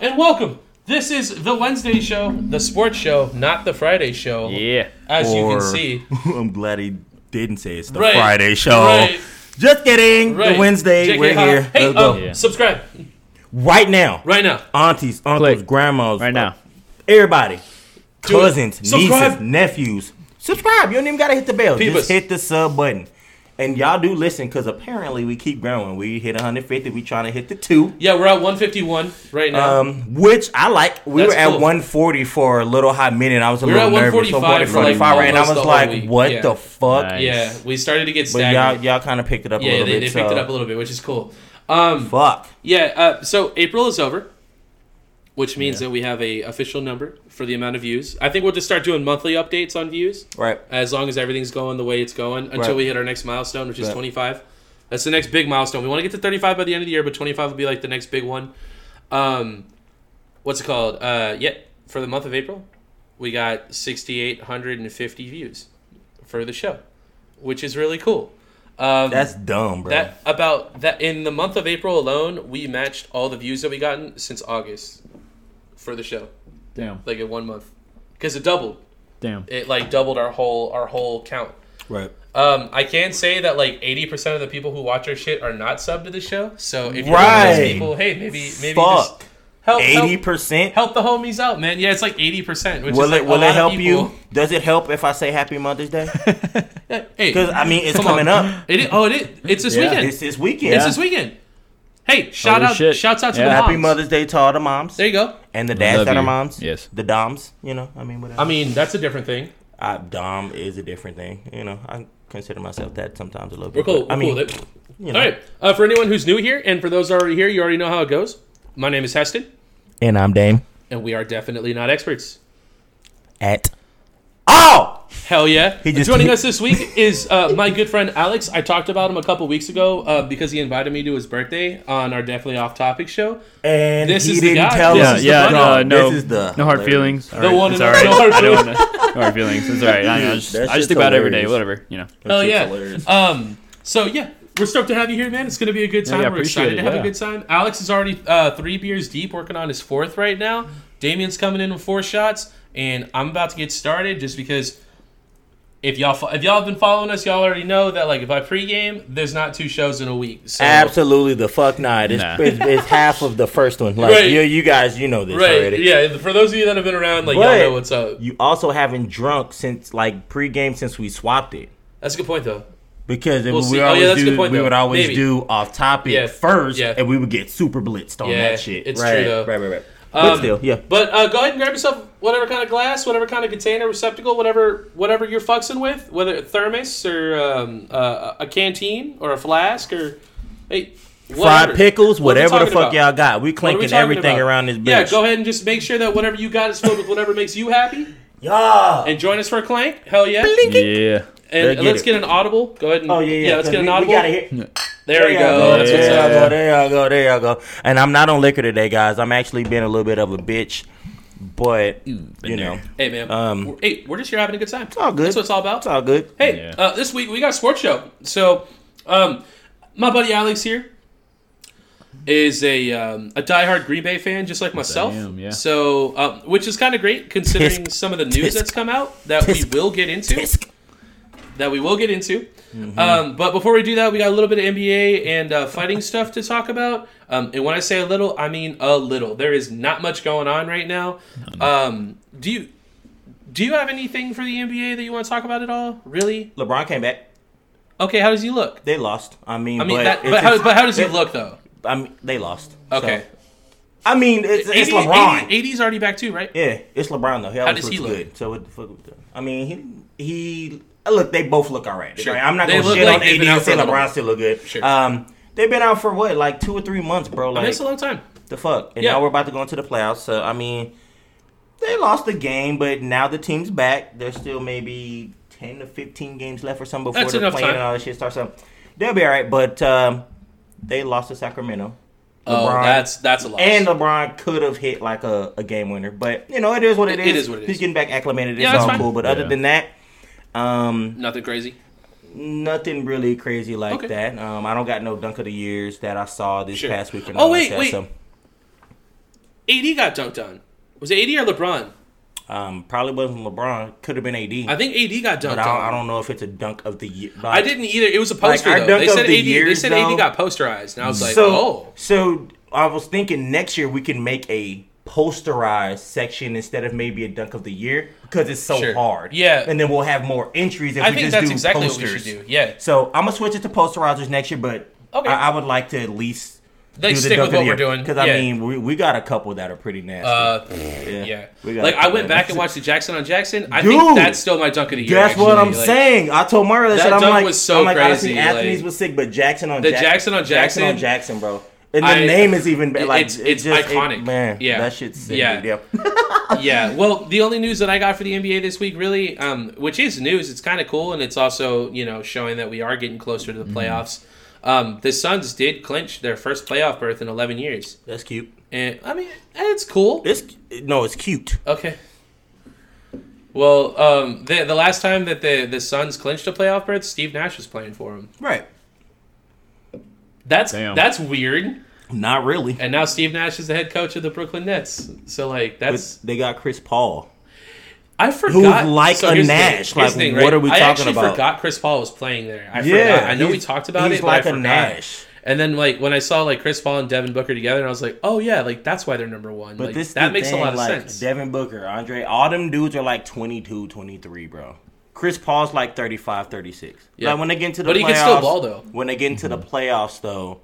and welcome. This is the Wednesday show, the sports show, not the Friday show. Yeah. As you can Or- see, I'm glad he didn't say it's the Right, Friday show. right. Just kidding. right? The Wednesday, JK we're Hop. here. Hey, Let's go. um, Yeah. subscribe Right now. right now. Aunties, uncles, Click. grandmas. Right now. Everybody. Do it. Cousins, Subscribe. nieces, nephews. Subscribe. You don't even gotta hit the bell. Peepers. Just hit the sub button. And y'all do listen, cause apparently we keep growing. We hit 150. We trying to hit the two. Yeah, we're at 151 right now. Um, which I like. We That's were at cool. 140 for a little hot minute. I was a We were little at nervous. 145 for, like, right, and I almost was the whole like, week. "What Yeah. the fuck?" Nice. yeah, we started to get But stagnant. y'all, y'all kind of picked it up a yeah, little they, bit. they picked so- it up a little bit, which is cool. Um, Fuck. yeah. Uh, so April is over, which means that we have a official number for the amount of views. I think we'll just start doing monthly updates on views. Right. as long as everything's going the way it's going until Right. we hit our next milestone, which is Right. 25. That's the next big milestone. We want to get to 35 by the end of the year, but 25 will be like the next big one. Um, what's it called? Uh, yeah, for the month of April, we got 6,850 views for the show, which is really cool. Um, That's dumb, bro. that about that in the month of April alone, we matched all the views that we gotten since August for the show, Damn. like in one month, because it doubled. Damn. It like doubled our whole our whole count. right. Um, I can say that like eighty percent of the people who watch our shit are not sub to the show. So if you're one of those Right. people, hey, maybe maybe just Fuck. help, Eighty help percent. help the homies out, man. Yeah, it's like eighty percent. Which Will is like it? Will a lot it of help people. you? Does it help if I say Happy Mother's Day? Hey, Because I mean, it's Come on. coming up. it is, oh, it is, it's this Yeah. weekend. It's It's, this weekend. It's this weekend. Hey, shout Holy out, shit. shouts out to Yeah. the Happy moms. Mother's Day to all the moms There you go. and the dads love that are you. moms. Yes. The doms. You know. I mean, whatever. I mean, that's a different thing. I, dom is a different thing. You know. I consider myself that sometimes a little We're bit. cool. but I mean, we're cool. you know. All right. Uh, for anyone who's new here, and for those already here, you already know how it goes. My name is Heston, And I'm Dame and we are definitely not experts. at. Oh. Hell yeah! He just- Joining us this week is uh, my good friend Alex. I talked about him a couple weeks ago uh, because he invited me to his birthday on our definitely off topic show. And This he is the didn't guy. tell This Yeah, us. is the yeah, one- no, no, This is the no hard feelings. All right, one it's and all right. only- no hard I don't wanna- no hard feelings. It's all right. I, know, I just, That I just shit's think about it every day. hilarious. Whatever, you know. Hell shit's yeah! hilarious. Um, so yeah, we're stoked to have you here, man. It's gonna be a good time. yeah, we're appreciate excited to it, have a yeah. good time. Alex is already uh, three beers deep, working on his fourth right now. Damien's coming in with four shots, and I'm about to get started just because. If y'all fo- if y'all have been following us, y'all already know that like if I pregame, there's not two shows in a week. So Absolutely the fuck not. It's, Nah. it's, it's half of the first one. Like Right. you, you guys, you know this Right. already. Yeah. For those of you that have been around, like y'all But- know what's up. You also haven't drunk since like pregame since we swapped it That's a good point, though. because if We'll see. we Oh, yeah, always that's a do good point, we though. would always Maybe. do off topic Yeah. first, Yeah. and we would get super blitzed on Yeah, that shit. it's right. true, though. Right, right, right. But Um, still, yeah. But uh, go ahead and grab yourself whatever kind of glass, whatever kind of container, receptacle, whatever whatever you're fuxing with, whether a thermos or um, uh, a canteen or a flask or hey, whatever. Fried pickles, What are we whatever the talking fuck about? y'all got. What We are we clinking talking everything about? around this bitch. Yeah, go ahead and just make sure that whatever you got is filled with whatever makes you happy. Yeah. And join us for a clank. Hell yeah. Yeah. And Get let's it. get an audible. Go ahead and Oh yeah, yeah. let's 'cause get an we, audible. We gotta hit. There we go. That's what's there up. you go. There you go. There you go. And I'm not on liquor today, guys. I'm actually being a little bit of a bitch, but you know, Hey there. man, Um, we're, hey, we're just here having a good time. It's all good. That's what it's all about. it's all good. hey, Yeah. uh, this week we got a sports show. So, um, my buddy Alex here is a um, a diehard Green Bay fan, just like myself. Damn, yeah. So, um, which is kind of great considering Tisk. some of the news Tisk. that's come out that we Tisk. will get into. Tisk. That we will get into. Mm-hmm. Um, but before we do that, we got a little bit of NBA and uh, fighting stuff to talk about. Um, and when I say a little, I mean a little. There is not much going on right now. Um, do you do you have anything for the NBA that you want to talk about at all? Really? LeBron came back. Okay, how does he look? They lost. I mean, I mean, but, that, it's- but, how, it's- but how does he it- look though? I mean, they lost. So- Okay, I mean, it's, it's 80 LeBron. 80 's already back too, right? Yeah, it's LeBron though. He always does he looks look? good. So what the fuck? we doing? I mean, he he look. They both look all right. Sure. Right? I'm not They gonna look shit like on they've AD been out and for a say little LeBron while. still look good. Sure. Um, they've been out for what, like two or three months, bro. I mean, Like it's a long time. the fuck. And Yeah. now we're about to go into the playoffs. So I mean, they lost the game, but now the team's back. There's still maybe ten to fifteen games left or something before That's the enough playing time. and all that shit starts up. They'll be all right, but um, they lost to Sacramento. Oh, LeBron. that's that's a lot. And LeBron could have hit like a, a game winner, but you know it is what it It- is. it is what it He's is. getting back acclimated. It's Yeah, that's all fine. cool. But other Yeah. than that, um, nothing crazy. nothing really crazy like Okay. that. Um, I don't got no dunk of the years that I saw this Sure. past week. and Oh all wait, that, wait. so- AD got dunked on. Was it AD or LeBron? Um, probably wasn't LeBron. Could have been AD. I think AD got dunked but I don't, on. I don't know if it's a dunk of the year. I didn't either. It was a Like, poster our though. dunk They of said AD. the they year, said though- AD got posterized, and I was like, so, oh, so I was thinking next year we can make a posterized section instead of maybe a dunk of the year because it's so Sure. hard. Yeah. and then we'll have more entries if I we think just that's do exactly what posters. we should do. Yeah, So I'm gonna switch it to posterizers next year, but Okay. I, I would like to at least Like, stick with what we're doing. because I Yeah. mean we, we got a couple that are pretty nasty. uh, yeah, yeah. We got Like a I couple went that are- back and watched the Jackson on Jackson. I think Dude! that's still my dunk of the year. That's what actually. I'm Like, saying. I told Mario that, That shit. I'm dunk like, was so I'm like, honestly, crazy, Anthony's like- was sick, but Jackson on The Jack- Jackson on Jackson on Jackson- Jackson, bro. And the I- name is even be- like it's- it it's just- it- iconic. man, Yeah. that shit's sick. Yeah. Yeah, dude. yeah. yeah. Well, the only news that I got for the NBA this week, really, um, which is news, it's kind of cool, and it's also you know showing that we are getting closer Mm-hmm. to the playoffs. Um, the Suns did clinch their first playoff berth in 11 years, that's cute. and I mean it's cool. It's no, it's cute. Okay. Well, um, the the last time that the the Suns clinched a playoff berth, Steve Nash was playing for them. Right? That's Damn. that's weird. Not really. And now Steve Nash is the head coach of the Brooklyn Nets. So like that's But they got Chris Paul. I forgot. like so a here's the thing- Nash. here's Like, the thing, what are we I talking actually about? Forgot Chris Paul was playing there. I Yeah, forgot. I know we he's- talked about he's it, like like but I a forgot. Nash. And then like when I saw like Chris Paul and Devin Booker together, and I was like, oh yeah, like that's why they're number one. But like, this that the makes thing, a lot of like, sense. Devin Booker, Andre, all them dudes are like 22, 23, bro. Chris Paul's like 35, 36. Yeah. Like when they get into the But playoffs, he can still ball, though. Mm-hmm. When they get into the playoffs though,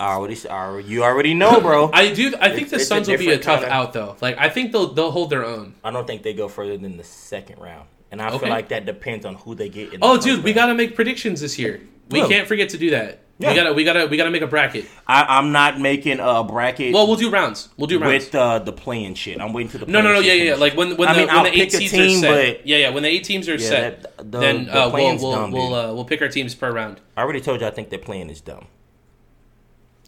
I already, s- I already- you already know, bro. I, I do. I think the it's a Suns will be a different tough kinda- out though. Like I think they'll they'll hold their own. don't think they go further than the second round, and I Okay. feel like that depends on who they get. in the Oh, first dude, we round. gotta make predictions this year. We Really? can't forget to do that. Yeah. We gotta we gotta we gotta make a bracket. I, I'm not making a bracket Well, we'll do rounds. We'll do rounds. with uh, the playing shit. I'm waiting to the no, no, no, play-in yeah, shit yeah, yeah. comes. Like when when I the, mean, when I'll the eight pick a teams team, are set. but- yeah, yeah. When the eight teams are Yeah, set, that- the- then the uh, we'll plan's we'll dumb, we'll, dude. uh, we'll pick our teams per round. I already told you I think that plan is dumb.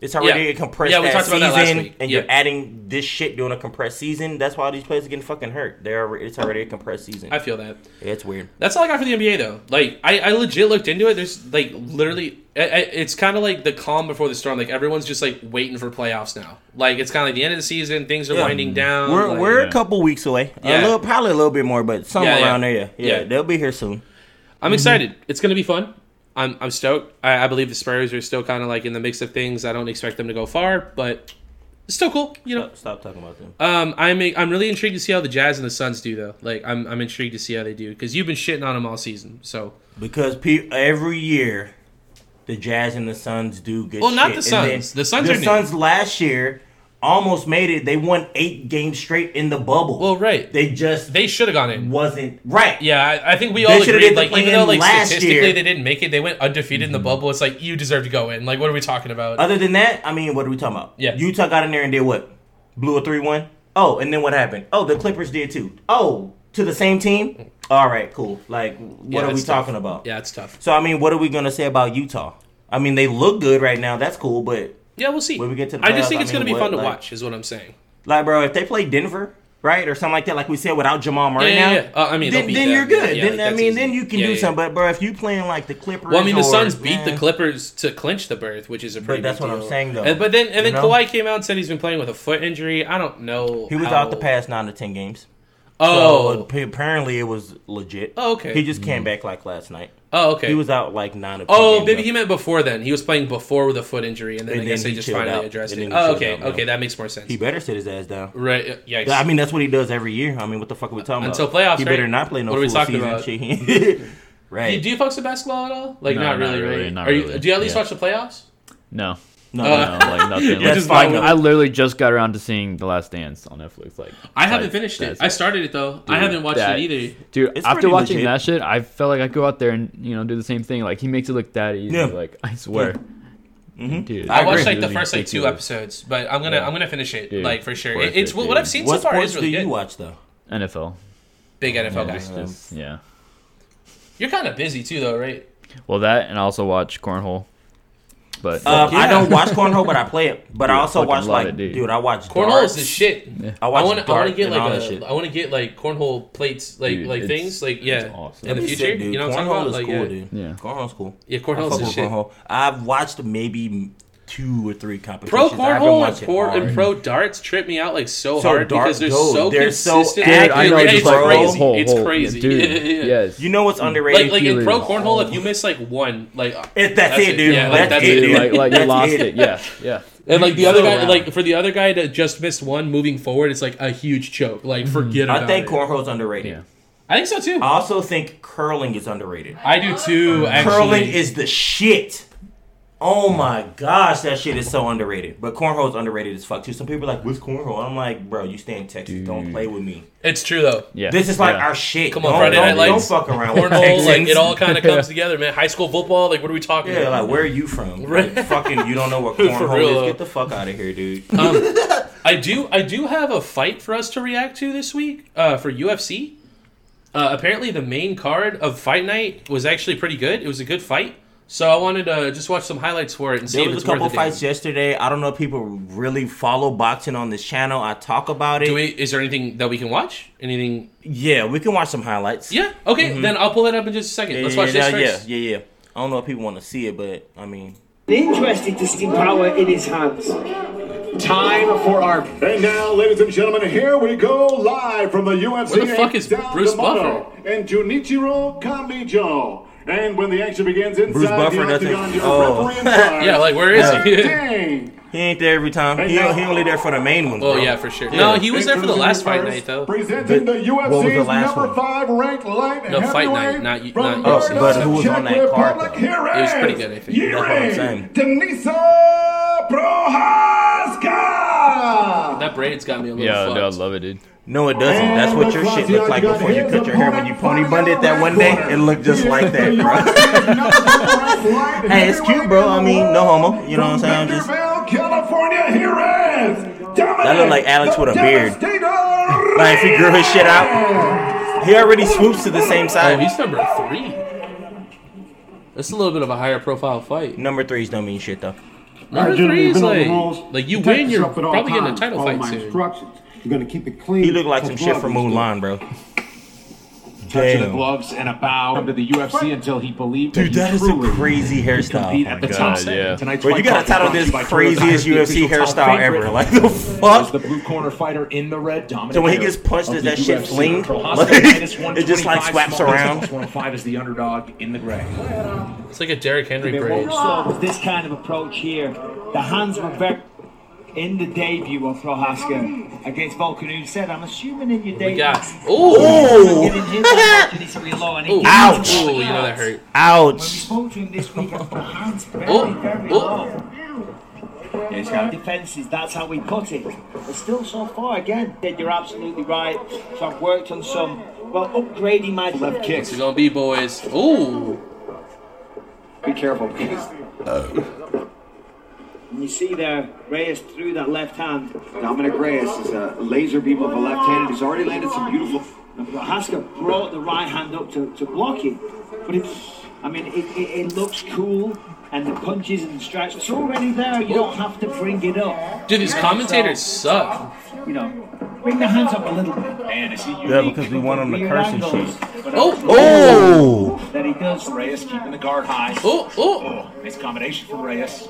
It's already Yeah. a compressed Yeah, we ass talked about season, that last week. and Yeah. you're adding this shit during a compressed season. That's why all these players are getting fucking hurt. They're alre- it's already a compressed season. I feel that. Yeah, it's weird. That's all I got for the NBA though. Like I, I legit looked into it. There's like literally, I, I, it's kind of like the calm before the storm. Like everyone's just like waiting for playoffs now. Like it's kind of like the end of the season. Things are Yeah. winding down. We're like- we're yeah. a couple weeks away. Yeah. A little, probably a little bit more, but somewhere Yeah, yeah. around there. Yeah. yeah, Yeah. they'll be here soon. I'm excited. It's going to be fun. I'm, I'm stoked. I, I believe the Spurs are still kind of like in the mix of things. I don't expect them to go far, but it's still cool, you know. Stop, stop talking about them. Um, I'm I'm really intrigued to see how the Jazz and the Suns do though. Like I'm I'm intrigued to see how they do because you've been shitting on them all season. So Because pe- every year, the Jazz and the Suns do good. Well, not shit. the And Suns. The Suns the are new. Suns last year almost made it. They won eight games straight in the bubble. well, right, they, they just should have gone in. wasn't right. Yeah, I, I think we They all should've agreed. did the Like even play-in though like last statistically year. Mm-hmm. they didn't make it, they went undefeated in the bubble. It's like you deserve to go in. Like what are we talking about? Other than that, I mean, what are we talking about? Yeah. Utah got in there and did what? Blew a 3 1. Oh, and then what happened? Oh, the Clippers did too. Oh, to the same team? All right, cool. Like, what Yeah, are we it's tough. talking about? yeah, it's tough. So, I mean, what are we going to say about Utah? I mean, they look good right now. That's cool. But, Yeah, we'll see. When we get to the I just playoffs, think I it's mean, going to be what, fun to like- watch. Is what I'm saying. like, bro, if they play Denver, right? Or something like that, like we said, without Jamal Murray Yeah, yeah, now. yeah. Uh, I mean, they'll then, beat then them. you're good. Yeah, then, like, I that's mean, easy. then you can Yeah, do yeah. something. But, bro, if you playing like the Clippers. Well, I mean, the or- Suns beat the Man. Clippers to clinch the berth, which is a pretty. that's big what I'm deal. saying, though. And, but then, and then You know? Kawhi came out and said he's been playing with a foot injury. I don't know. He was how- out the past nine to 10 games. So, uh, Oh, ap- apparently it was legit. Oh, okay. He just Mm. came back like last night. oh, okay. He was out like nine. Or Oh, maybe he meant before then. He was playing before with a foot injury, and then And I then guess they he just chilled finally out. addressed And it. then he Oh, chilled okay, out, man. okay, that makes more sense. He better sit his ass down. Right? uh, Yikes. I mean, that's what he does every year. I mean, what the fuck are we talking Until about? playoffs, He better right? not play no What are we full talking season. shit. do, right? you, do you fucks with basketball at all? Like, No, not not really, really, right? not Are you, really. Do you at least Yeah. watch the playoffs? No, no, no, Uh, like nothing. You're Like, just That's fine. vibing. I literally just got around to seeing The Last Dance on Netflix. Like, I haven't like, finished it. that's I started it though. I Dude, haven't watched that- it either. Dude, It's after pretty watching legit. that shit, I felt like I go out there and you know do the same thing. Like he makes it look that easy. Yeah. Mm-hmm. Like I swear, dude. I I watched agree. like the first like two Ridiculous. episodes, but I'm gonna Yeah. I'm gonna finish it Dude, like for sure. worth It, it's it, what, what dude. I've seen What so far sports is really do good. Uh, you watch though? NFL. Big NFL guy. It's just- yeah. You're kind of busy too, though, right? Well, that and I also watch cornhole. But Um, yeah. I don't watch cornhole, but I play it. But I Dude, I also fucking watch love like, it, dude. dude. I watch Cornhole darts. is the shit. I I watch want to. I want darts to get and all like that a. shit. I want to get like cornhole plates, like Dude, like it's- things, like yeah. it's awesome. In the That'd be future, sick, dude. you know what I'm cornhole talking about? is Like cool, yeah, dude. Yeah. Cornhole's cool. yeah, I cornhole's fuck the with shit. cornhole. I've watched maybe two or three Pro competitions. I've been cornhole and, watching pro hard. and pro darts trip me out like so, So hard dart- because they're dude, so they're so consistent. accurate. Dude, I know. it's, Just like, like, crazy. oh, hole, it's hole. crazy. Yeah, dude. Yeah, yeah, yeah. Yes. You know what's underrated? Like like in Really? pro cornhole, if you miss like one, like It- that's, it, dude. Yeah, that's, like, that's it, it. Dude, dude. like, like you That's lost it. Yeah, yeah. and like the Go other guy, around. like for the other guy to just missed one moving forward, it's like a huge choke. Mm-hmm. Like forget about I think Uh, it. cornhole's underrated. Yeah. I think so too. I also think curling is underrated. I do too. Actually, Curling is the shit. Oh my gosh, that shit is so underrated. But cornhole's underrated as fuck too. Some people are like, "What's cornhole?" I'm like, "Bro, you stay in Texas. Don't Dude. play with me. it's true though. Yeah. This is like yeah. our shit. Come on, don't, Friday don't, Night Lights, Don't fuck around with Cornhole, Texans. like it all kind of comes together, man. High school football, like what are we talking Yeah, about? like where are you from? Right. Like, fucking, you don't know what For cornhole real, is. though. Get the fuck out of here, dude. Um, I do. I do have a fight for us to react to this week uh, for UFC. Uh, apparently, the main card of Fight Night was actually pretty good. It was a good fight, so I wanted to just watch some highlights for it and see There if was it's a couple worth it. fights yesterday. I don't know if people really follow boxing on this channel. I talk about it. Do we, is there anything that we can watch? Anything? yeah, we can watch some highlights. Yeah. Okay. Then I'll pull it up in just a second. Let's watch Mm-hmm. yeah, this first. Yeah, yeah, yeah. I don't know if people want to see it, but I mean, Interested to see power in his hands. Time for our And now, ladies and gentlemen, here we go live from the UFC. Where the fuck is down Bruce to Moto And Junichiro Kamijo. And when the action begins inside Bruce Buffer, the nothing. octagon, Oh. referee in charge, Yeah, like, where is he? Dang. he ain't there every time. He, he only there for the main one. Oh yeah, for sure. No, he was there for the last fight Introducing night though. first, Presenting the was the UFC's last number one? five ranked light No, fight night, heavyweight not you- from not UFC. But who was on Czech that card, Republic. though? Here It was is pretty good, I think. That's what I'm Yuri saying. Denisa Prohaska. That braid's got me a little Yeah, fucked. dude, I love it, dude. No, it doesn't. That's what your shit looked like before you cut your hair. When you pony bunded that one day, it looked just like that, bro. bro. Hey, it's cute, bro. I mean, no homo. You know what I'm saying? I'm just California, here is That look like Alex with a beard. Like like if he grew his shit out, he already swoops to the same Oh, side. he's number three. That's a little bit of a higher profile fight. Number threes don't mean shit though. Number three is like, like you win, you're probably getting a title fight soon. You're gonna keep it clean. He looked like some shit from Mulan, bro. touch of the Damn. gloves and a bow to the UFC until he believed Dude, that that, he is a truly crazy hairstyle. beat at the God, top. yeah. Tonight's Bro, you fight gotta card is title brought to this you by craziest Toyota's UFC official top hairstyle favorite. ever. Like the Is fuck. the blue corner fighter in the red dominant. So when he era gets punched, of does the that shit UFC. fling? Prohaska Like, minus it just, like, 125, swaps smallest around? plus 105 is the underdog in the gray. It's like a Derrick Henry It braid. won't stop with this kind of approach here. The hands were very in the debut of Prohaska against Vulcan, who said, I'm assuming in your We debut. got. Ooh! Giving him that opportunity to be low, and he Ooh. gave Ouch. him Ooh, the you know that hurt. When we Ouch. spoke to him this week, the hands very, Oh, very oh. low. Defenses, that's how we put it. But still so far, again, Ted, you're absolutely right. So I've worked on some, well, upgrading my Left This kicks. is gonna be boys. Ooh! Be careful. because And you see there, Reyes threw that left hand. Dominic Reyes is a laser beam of a left-handed. He's already landed some beautiful. Haska brought the right hand up to, to block it. But it, I mean, it, it, it looks cool, and the punches and the strikes, it's already there. You don't have to bring it up. Dude, these commentators suck. You know, bring the hands up a little bit. Man, is he unique? Yeah, because we want him to Weird curse and angles, shit. but I Oh! think Oh. That he does. Reyes keeping the guard high. Oh! Oh! Oh, nice combination from Reyes.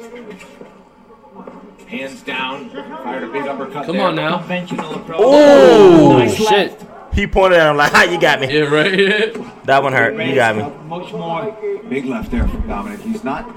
Hands down. Fired a big uppercut. Come there. on now. Conventional approach. Oh, nice shit. left. He pointed at him like, "Ha, you got me." Yeah, right? That one hurt. You got me. Reyes Much more. Big left there from Dominic. He's not.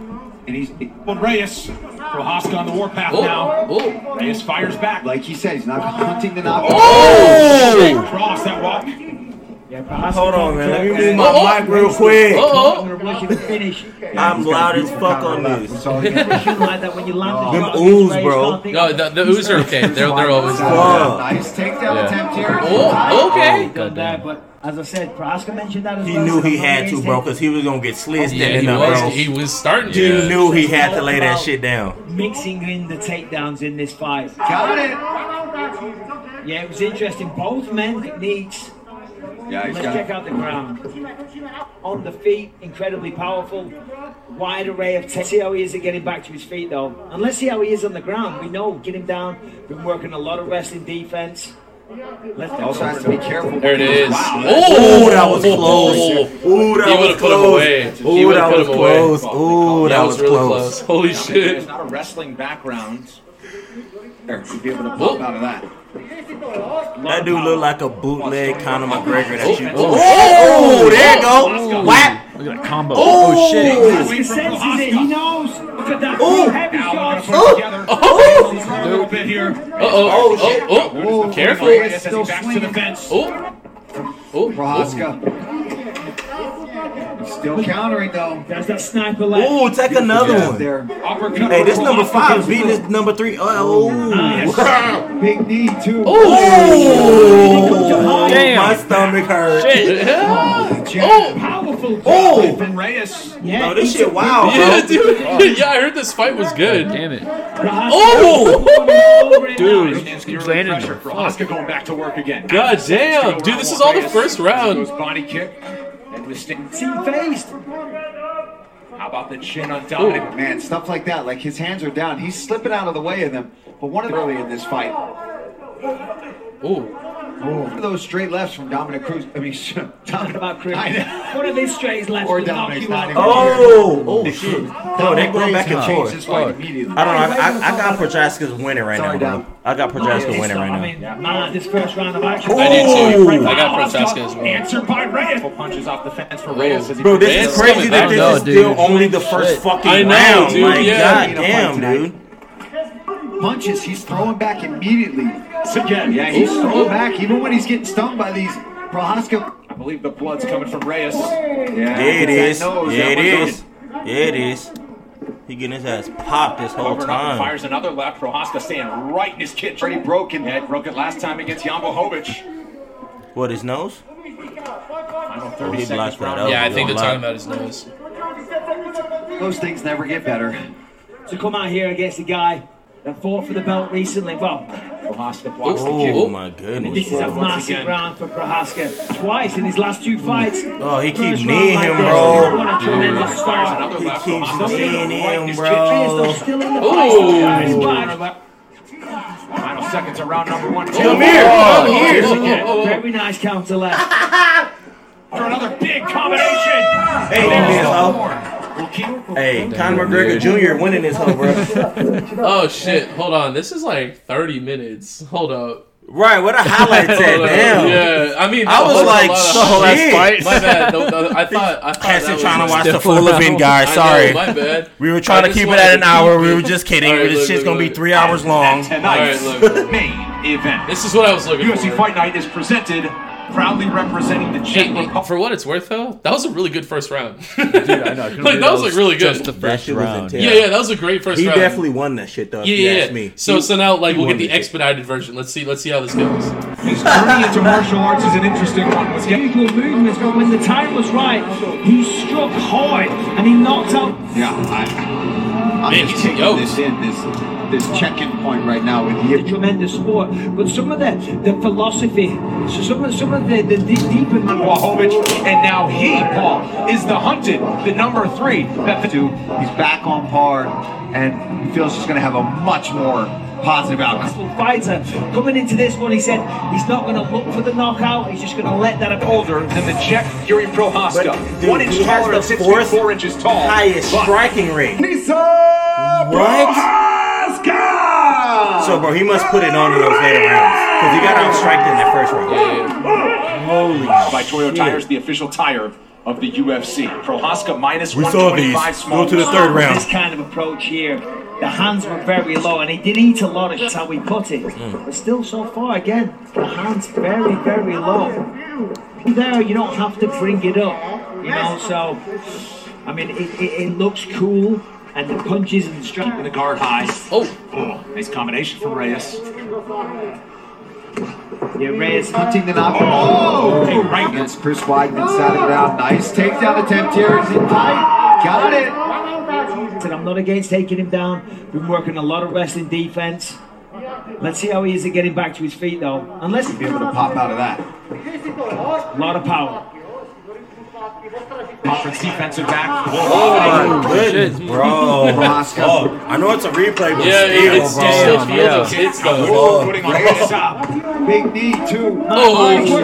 And he's. Well, Reyes. Prohaska on the warpath Oh! now. Oh! Reyes fires back. Like he said, he's not hunting the knockout. Oh. Cross that walk. Yeah, Prohaska Hold on, man. Let me can't move get Oh, my mic it. real quick. Oh! We're watching the finish. I'm loud as fuck on this. this. Shooting like that when you land the Them shot, ooze, Reyes bro. can't think No, of the, the ooze are okay. They're, they're always. Fuck. Nice takedown Yeah. attempt here. Oh! Okay! done that, but as I said, Prohaska mentioned that as He well. knew he so had to, amazing. bro, because he was gonna get slid Oh, Yeah, standing he up, bro. was, he He was starting Yeah. to. knew he had to lay that shit down. Mixing in the takedowns in this fight. Got it. Yeah, it was interesting. Both men techniques. Yeah, he's Let's got check out the ground. On the feet, incredibly powerful. Wide array of techniques. See how he is at getting back to his feet, though. And let's see how he is on the ground. We know, get him down. Been working a lot of wrestling defense. Also has to be careful. There it is. Wow, that's- Oh, that was close. Ooh, that He was would've put him close. away. He Ooh, would've that put was him away. close. Ooh, that, that was, was really close. close. Holy It's shit. not a wrestling background. There, should be able to pop Whoa. out of that. That dude looked like a bootleg Conor McGregor. That you. Oh, Oh, there you go. Whap. Look at that combo. Oh, shit. He senses it. He knows. Look at that. Ooh. Heavy Now we're gonna shots. put it together. Oh. He's running a little bit here. Uh oh. Oh, oh. Careful. Oh. Reyes as he backs to the fence. Oh. Oh. Prohaska. Still countering though. There's that sniper leg. Ooh, take another Jab one. There. Uppercut Hey, this from number Prohaska five gives is beating him this number three. Uh, Oh, a Big knee too. Oh. oh. Damn. my stomach hurt. Yeah. Jab. Powerful. Oh, From Reyes. Yeah, no, Oh, this he shit took- wild, Yeah, bro. dude. Yeah, I heard this fight was good. Damn it. Oh. Dude, It's he's really landing. pressure. Prohaska going back to work again. God damn. Dude, this is all the first Goes round. body kick. And was sti- Team faced. How about the chin on Dominic? Man, stuff like that. Like his hands are down. He's slipping out of the way of them. But one of the early in this fight, Oh. one of those straight lefts from Dominic Cruz. I mean, Dominic About I know. Chris. One of his straight left Or will knock Dominic's you not out. even- Oh, oh shit. No, they're going back and changed forth. his fight immediately. I don't know. I, I, I got Prochaska's winning right now, bro. I got Prochaska winning I right mean, now. man, like this first round of action. I did too. Ooh. I got Prochaska as well. Answered by Reyes. Couple Punches off the fence for Reyes. as he- Bro, this Man's is crazy coming that back. this No, is dude. still only the first fucking I know, round. dude, like, yeah. god damn, dude. punches. He's throwing back immediately. again. Yeah, he's throwing back even when he's getting stung by these Prohaska. I believe the blood's coming from Reyes. Yeah, Yeah, it is. That nose, Yeah, that it one is. Yeah, it is. He getting his ass popped this whole Over and up and time. fires another left. Prohaska staying right in his kitchen. Already broken. Head broke it last time against Jan Bohovic. What his nose? Final 30 he seconds blocked that round. out. Yeah, I think they're talking about his nose. Those things never get better. To come out here against a guy that fought for the belt recently. Well, Prohaska blocks the kick. Oh my goodness. this is a Bro. massive again. round for Prohaska. Twice in his last two fights. Oh, he keep First round kneeing like him, this. bro. What a tremendous Fires start. another He left. keeps Prohaska being right in him, his kitchen. bro. Corner Oh. left. Final seconds of round number one. Come here, come here. Oh, Very nice counter left. For another big combination. Hey, there he is, ho. We'll keep Hey, Conor McGregor Jr. winning this hoe, bro. oh shit! Hold on, this is like 30 minutes. Hold up. Right, what a highlight that, Hold up. damn. Yeah, I mean, I that was like, a lot of- whole last shit. fight. My bad. No, no, I thought I thought Oh, that Cassie was trying to just- watch the different full event, round. I guys. know, Sorry. my bad. We were trying I to just keep it wanted at to an hour. We keep were it. just kidding. All right, this look, shit's look, gonna be look. three hours long. Tonight's All right, look. main event. This is what I was looking UFC for. Fight Night is presented proudly representing the Czech Hey, Republic. for what it's worth, though, that was a really good first round. I know, 'cause like that was like really good. Just the That first shit was round. intense. yeah, yeah, that was a great first He round. definitely won that shit though. if Yeah, you yeah. ask me. So, so now like we'll won get the the shit. expedited version. Let's see, let's see how this goes. His journey into martial arts is an interesting one. Was getting Usual movements, but when the time was right, he struck hard and he knocked out. Yeah, I, I'm Man, he's just taking yoked. this in, this this check-in point right now with you. a tremendous sport. But some of the, the philosophy, so some of some of the, the deep, deeper Wahovic, and now he, Paul, is the hunted, the number three. That the two. He's back on par, and he feels he's going to have a much more positive outcome. fighter coming into this one. He said he's not going to look for the knockout. He's just going to let that Older than the Czech Yuri Prohaska. But, dude, one inch he has taller the and six feet fourth four inches tall. Highest But striking rate. What? So, bro, he must put it on in those later rounds because he got outstriked in that first round. Yeah, Holy by Toyo shit. Tires, the official tire of the UFC. Prohaska minus We saw these. 125 Go to the small. third round. this kind of approach here. The hands were very low, and he did eat a lot of shots, how we put it. But still, so far, again, the hands very, very low. There, you don't have to bring it up, you know. So, I mean, it, it, it looks cool, and the punches and And strikes. the guard high. Oh, Oh, nice combination from Reyes. Yeah, Reyes. Hunting the knockout. Oh! Hey, right. Against Chris Weidman, saddled down. Nice takedown attempt here. Is it tight? Got it. And I'm not against taking him down. Been working a lot of wrestling defense. Let's see how he is at getting back to his feet, though. And let's Be able to pop out of that. A lot of power. Pop Conference defensive back. Oh, my goodness, shit. bro. Prohaska. Oh, I know it's a replay, but Yeah, still, it, it's, bro. it still feels Yeah. like it's though. Whoa, Putting on his top. Big knee, too. Oh, Dog, dude, that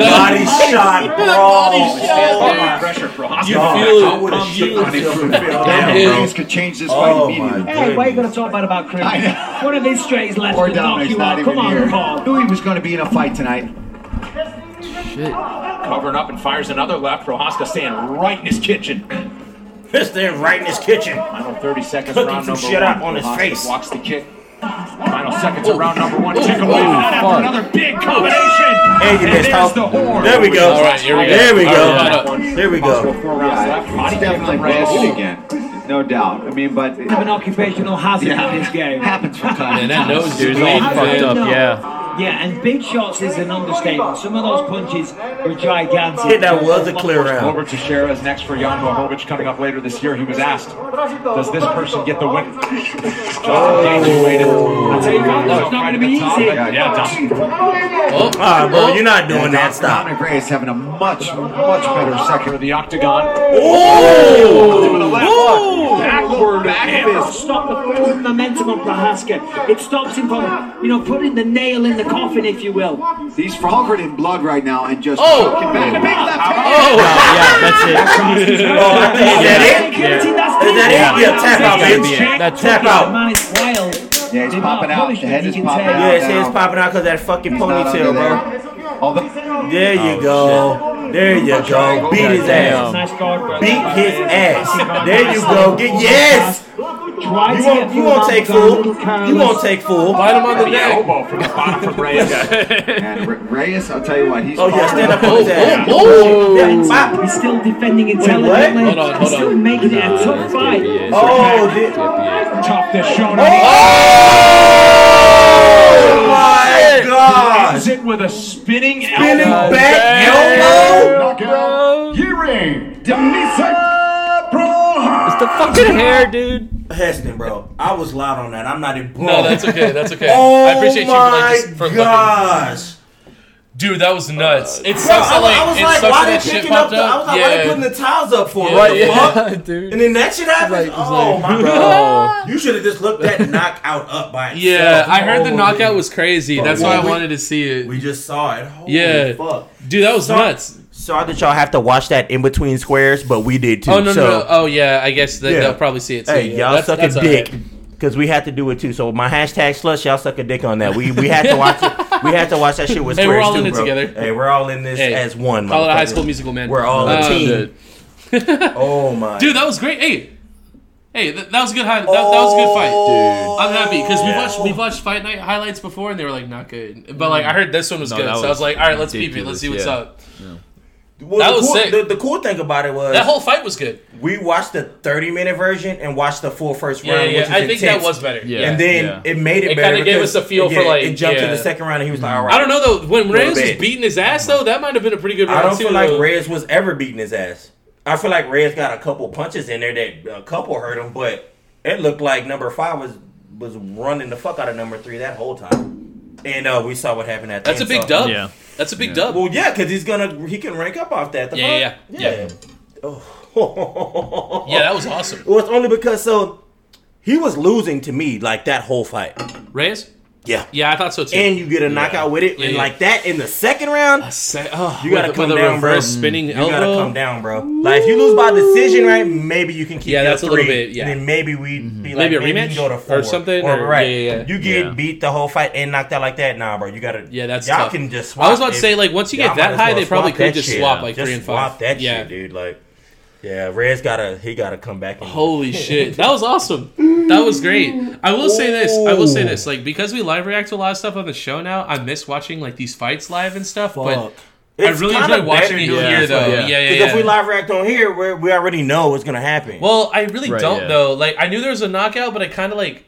body that- oh, shot, bro. That body shot, Pressure. Prohaska. dude. You Dog, feel I it. would have You shook myself and fell That down, is- bro. Things could change this fight Oh, immediately. my Hey, why you goodness. gonna talk bad about Chris? I know. One of these strays left Poor will knock Dominic's you not out. even Come on, here. Paul. Knew he was going to be in a fight tonight. Shit. Covering up and fires another left. Prohaska staying right in his kitchen. This thing right in his kitchen. Final 30 seconds, Cooking round some number shit one. up on his Prohaska face. Blocks the kick. Final seconds Oh. of round number one. Kick away. oh, Not fuck. after another big combination. Hey, you and missed there's out. the horn. There we go. All right, here we go. There we All right, go. all right. There we Possible go. Four rounds left. Yeah, Body it's kick from definitely Reyes. blasted again. No doubt. I mean, but I'm an occupational hazard Yeah. in this game. happens from time And to that time. nose dude's It's all all fucked up, No. yeah. Yeah, and big shots is an understatement. Some of those punches were gigantic. Shit, that was a clear round. Over Teixeira is next for Jan Bohovic coming up later this year. He was asked, does this person get the Oh. win? Justin Gaethje waited. I'll tell you what, that's not gonna be easy. Yeah, Dom- Oh, All right, Ah, bro, you're not doing that. Stop. Dominic Reyes having a much, much better for second. the octagon. Oh! Ooh! Backward and stop the forward momentum of Prohaska. It stops him from, you know, putting the nail in the coffin, if you will. He's covered in blood right now and just. Oh! fucking big left hand. oh, Yeah, that's it. Oh, is that it? Guilty, that's Is that it? Yeah, That's tap out, it. baby. That's Tap The out. man is wild. Yeah, he's The amount popping out. of The punishment head he is can popping take. out. Yeah, his head's popping out because that fucking He's not under ponytail, bro. there. Although, There you go. There you go. Beat his Goddamn. ass. Nice guard. Beat his ass. There you go. Get yes. Try You to won't. get You full won't take down, fool. little careless. You won't take fool. bite oh. him on the The neck. elbow from the bottom from Reyes. and Re- Reyes, I'll tell you what, he's. Oh yeah, covered stand up up. on his Oh, ass. oh, Yeah, bop. He's still defending intelligently. Hold on, He's hold still on. making it a tough fight. Oh, di- Tough this shown. oh my God! Ends it with a spinning Spinning elbow. back elbow. Knockout. Hearing Denisa Prohaska. It's the oh. fucking hair, dude. Heston, bro, I was loud on that. I'm not a bro. No, that's okay. That's okay. Oh I appreciate you for, like, just, my for looking. gosh! Dude, that was nuts. It Uh, Bro, sucks I, that was- like, I was it sucks like, that why that they shit picking up popped the? I was up. like, why they putting Yeah. the towels up for? Yeah. What the Yeah, fuck? And dude. Oh. then that shit happens. Like, it's oh like, my god! bro. You should have just looked that knockout up by itself. Yeah, I heard the Holy- knockout was crazy. That's why I wanted to see We it. just saw it. Holy Yeah. fuck. Dude, that was Sorry- nuts. Sorry that y'all have to watch that in between squares, but we did too. Oh no, no, so, no. Oh yeah, I guess they, Yeah. they'll probably see it. Too. Hey, yeah. y'all That's- suck that's a all dick. right. Cause we had to do it too. So my hashtag slush, y'all suck a dick on that. We we had to watch it. We had to watch that shit with Hey, squares we're all too, in it bro. together. Hey, we're all in this Hey, as one. Call it a High motherfucker. School Musical, man. We're all a Um, team. Shit. Oh my. Dude, that was great. Hey, hey, th- that was a good. High- that, that was a good fight. Oh. I'm happy because we Yeah. watched we watched fight night highlights before and they were like not good, but like I heard this one was No, good, that so I was was like, all right, let's peep it, let's ridiculous, see what's yeah. up. Well, that the was cool, sick. The, the cool thing about it was That whole fight was good. we watched the 30 minute version and watched the full first Yeah, round. yeah. which I think that intense. was better. Yeah. Yeah. And then yeah. it made it, It better. kinda gave because us a feel it- for, yeah, like, it jumped to yeah. Mm-hmm. the second round and he was like, all right. I don't know though. When Little Reyes was bit. beating his ass though, that might have been a pretty good round I don't too. feel like though. Reyes was ever beating his ass. I feel like Reyes got a couple punches in there that a couple hurt him, but it looked like number five was was running the fuck out of number three that whole time. And uh, we saw what happened at the That's a end, big so- dub. Yeah. That's a big Yeah. dub. Well, yeah, because he's gonna he can rank up off that. The Yeah, fuck? yeah, yeah. Oh. yeah, that was awesome. Well, it's only because so he was losing to me like that whole fight. Reyes? Yeah. Yeah, I thought so too. And you get a knockout with it, Yeah, and yeah. like that in the second round, you Say- oh, You gotta with- come with a down, bro. Mm. reverse spinning elbow. gotta come down, bro. Like if you lose by decision, right? Maybe you can keep. Yeah, your that's a three, little bit, yeah. And then maybe we be like, Maybe a maybe you rematch can go to or four something, Or, or- right? yeah, yeah, yeah. You get Yeah. beat the whole fight and knocked out like that. Nah, bro. You gotta. Yeah, that's y'all tough. can just. Swap I was about to it. say, like, once you Y'all get might that as well high, they probably swap could that just shit. swap like Just three and swap five. that yeah. shit, dude. Like, yeah, Red's gotta he gotta come back. And Holy shit, that was awesome. That was great. I will say this. I will say this. Like because we live react to a lot of stuff on the show now, I miss watching like these fights live and stuff. Fuck. But I It's really kinda enjoy watching better it doing here this though. way, Yeah, yeah. yeah, yeah. Because if we live react on here, we're, we already know what's gonna happen. well, I really Right, don't yeah. though. Like I knew there was a knockout, but I kind of like.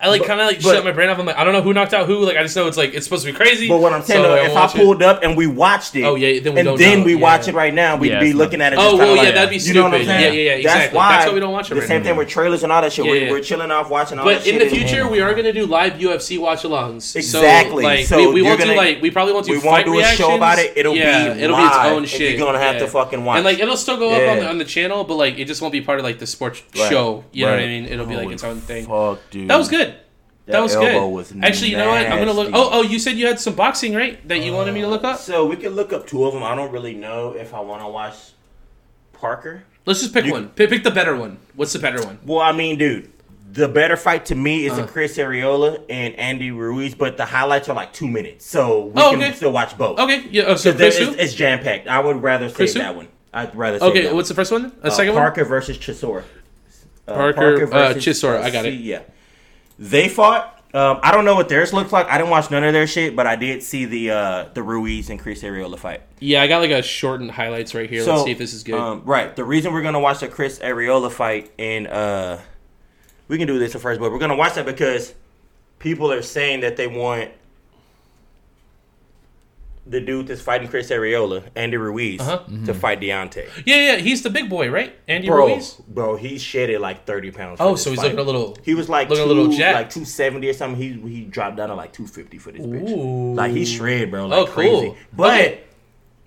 I like kind of like but- shut my brain off. I'm like, I don't know who knocked out who. Like, I just know it's like it's supposed to be crazy. But what I'm saying, so though, I if I watch it. pulled up and we watched it, Oh, yeah, then we and don't then know. we Yeah. watch it right now, we'd Yeah, be it's looking at it. Oh just well, kinda yeah, like, that'd be you know what stupid. I'm Yeah, yeah, saying? yeah, exactly. That's, That's why why we don't watch it The right same now. thing with trailers and all that shit. Yeah, we, yeah. We're chilling off watching all that But in shit. the and- future, and we are going to do live UFC watch alongs. Exactly. So, like, So we, we you're won't do gonna- like we probably won't do. we fight won't do a show about it. reactions. It'll be yeah, it'll be its live, own and shit. you're gonna have Yeah. to fucking watch. And like it'll still go up on the, Yeah. on the channel, but like it just won't be part of like the sports Right. show. You know what I Right. mean? It'll be like its own thing. Fuck, dude. That was good. That, That was elbow good. was Actually, you know what? I'm gonna look. nasty. Oh, oh, you said you had some boxing, right? That you wanted me to look up. So we could look up two of them. I don't really know if I want to watch Parker. Let's just pick You- one. Pick, pick the better one. What's the better one? Well, I mean, dude, the better fight to me is a Uh-huh. Chris Ariola and Andy Ruiz, but the highlights are like two minutes, so we Oh, can okay. still watch both. Okay. Yeah. Oh, so So there Chris is, who? it's jam packed. I would rather save Chris who? that one. I'd rather save Okay. that What's the first one? The one. Uh, second one. Parker versus Chisora. Uh, Parker, uh, Chisora. I got it. C- Yeah, they fought. Um, I don't know what theirs looked like. I didn't watch none of their shit, but I did see the uh, the Ruiz and Chris Ariola fight. Yeah, I got like a shortened highlights right here. Let's see if this is good. Um, right. The reason we're gonna watch the Chris Ariola fight and uh, we can do this at first, but we're gonna watch that because people are saying that they want the dude that's fighting Chris Ariola, Andy Ruiz, Uh-huh. to fight Deontay. yeah, yeah, he's the big boy, right? Andy Mm-hmm. Bro, Ruiz. bro, he shedded like thirty pounds. for Oh, this so he's fight. looking a little. He was like looking two, a little jacked. like two seventy or something. He he dropped down to like two fifty for this bitch. Ooh. Like he shred, bro. Like Oh, cool. crazy. But Okay.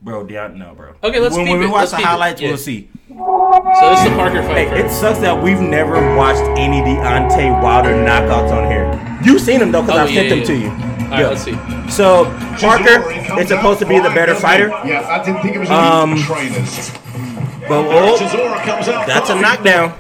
bro, Deontay, no, bro. Okay, let's when, when peep we it. watch Let's the peep it. highlights, Yeah. we'll see. So this is the Parker fight. Hey, it first. sucks that we've never watched any Deontay Wilder knockouts on here. You've seen them though, because Oh, I've sent yeah, them yeah. to you. All right, Yeah. let's see. So Parker Parker is supposed to be the better fighter, Yes, I didn't think it was Um, um, trainers. but oh, Chisora comes out. that's a knockdown.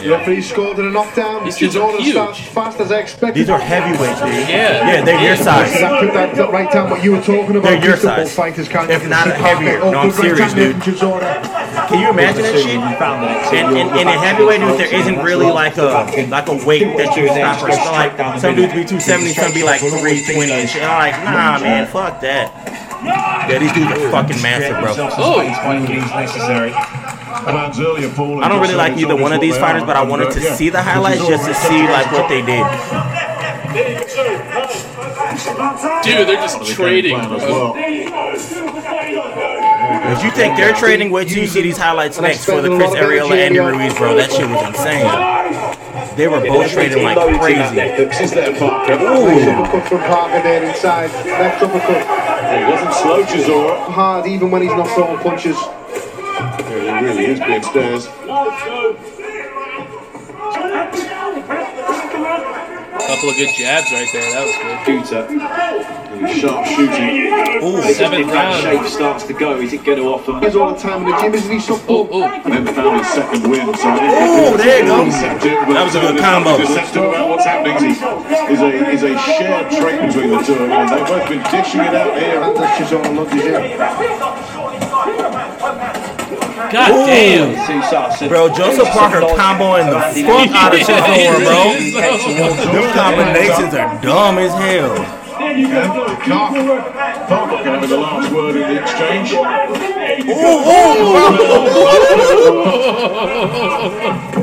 Referee scored in a knockdown. These dudes are Chisora huge. starts fast as I expected. These are heavyweights, dude. Yeah. yeah, they're your Yeah. Did size. I put that up right down what you were talking about? They're your These football size. Fighters can't If get not the heavier. carpet. Oh, No, I'm good right serious, hand dude. from Chisora. Can you imagine that uh, shit? And in, in a heavyweight, dude, there isn't really like a like a weight that you stop or so like some dudes be two seventy, some be like three twenty and shit. I'm like, nah, man, fuck that. Yeah, these dudes are fucking massive, bro. Oh. necessary. I don't really like either one of these fighters, but I wanted to see the highlights just to see like what they did. Dude, they're just trading. bro. If you think they're trading with you, see these highlights next for the Chris Ariella Andy Ruiz, bro. That shit was insane. They were both trading like crazy. Nice uppercut from Parker there inside. Left uppercut. It wasn't slow, Chisora. Hard even when he's not throwing punches. It really is being stairs. Couple of good jabs right there. That was good. Shooter. Really sharp shooting. Ooh, If Seventh that round. shape starts to go, is it going to He's offer? all the time in the gym, isn't he? So Oh, oh. And then found his second win. So Ooh, there you go. That That was a good combo. Deceptive about what's happening is, is a is a shared trait between the two of them. They've both been dishing it out here. And that's Chisora loves his air. God damn. bro, Joseph Parker comboing the fuck out of Chisora, bro. Those combinations are dumb as hell. Parker can have the last word in the exchange.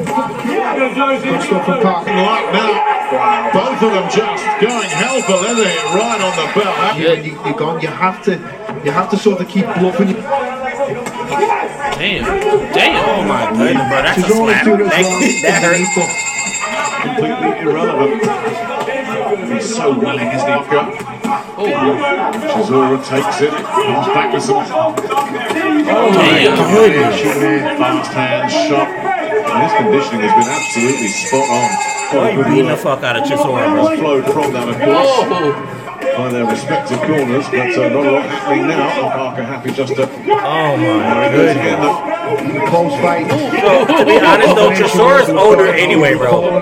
Good stuff from Parker. Right now, both of them just going hell for leather here, right on the bell. That Yeah, you, you're gone. You have to, you have to sort of keep bluffing. Damn. Damn. Oh my goodness, bro, that's a Chisora's slap. doing it as That, that well. hurt. completely irrelevant. He's so willing, isn't he? Chisora takes it, comes back with some Damn. fast hand shot. And his conditioning has been absolutely spot on. Boy, Quite good beating the work. fuck out of Chisora, bro. Has flowed from them, of course, Oh. by their respective corners, but uh, not a lot happening now. And Parker happy just to Oh my goes goodness. again. The Close fight. To be honest though, Tresora's older anyway, bro.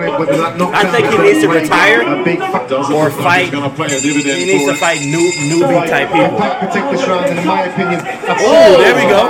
I think he needs to retire A big fa- doesn't Or look fight. like He's going to play a dividend He needs to for it. fight new newbie type people. Parker take this round, and in my opinion, Oh, there we go.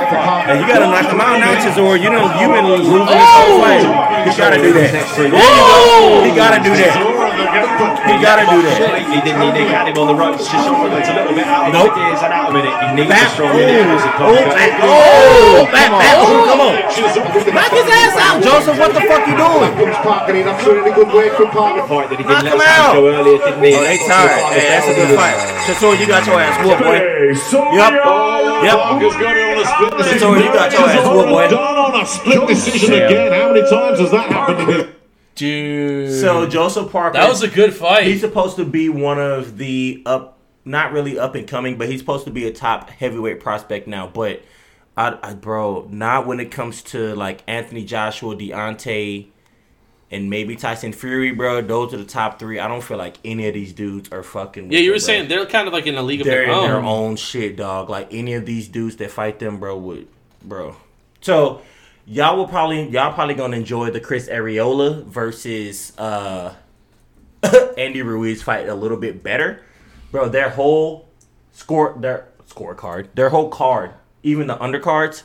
And you gotta knock him out now, Chisora. You know you've been losing this whole fight. You gotta do that. There you go. You gotta do that. Chisora, the You gotta do that. Completely didn't need Nick had him on the ropes. Just someone that's a little bit out of Nope. the gears and out of it. You need Back. to strong individuals in Oh, contact. back. Oh, back, back. Oh, come on. Knock Knock his ass out, Joseph. What the fuck you doing? Comes Parker, he's not showing any good work from Parker. Fight that he Knock didn't let his him hands out. go earlier, didn't he? Oh, they tired. Hey, that's a good fight. Chisora, you got your ass whooped, boy. Yep. Yep. Oh, Parker's got it on a split decision. Chisora, you got your ass whooped, boy. Done on a split decision again. How many times has that happened? in this- Dude. So Joseph Parker. that was a good fight. He's supposed to be one of the up, not really up and coming, but he's supposed to be a top heavyweight prospect now. But, I, I bro, not when it comes to like Anthony Joshua, Deontay, and maybe Tyson Fury, bro. Those are the top three. I don't feel like any of these dudes are fucking. with yeah, you them, were bro. saying they're kind of like in a league of they're their in own. their own shit, dog. Like any of these dudes that fight them, bro, would, bro. So y'all will probably y'all probably gonna enjoy the Chris Areola versus uh Andy Ruiz fight a little bit better, bro. Their whole score, their scorecard, their whole card, even the undercards,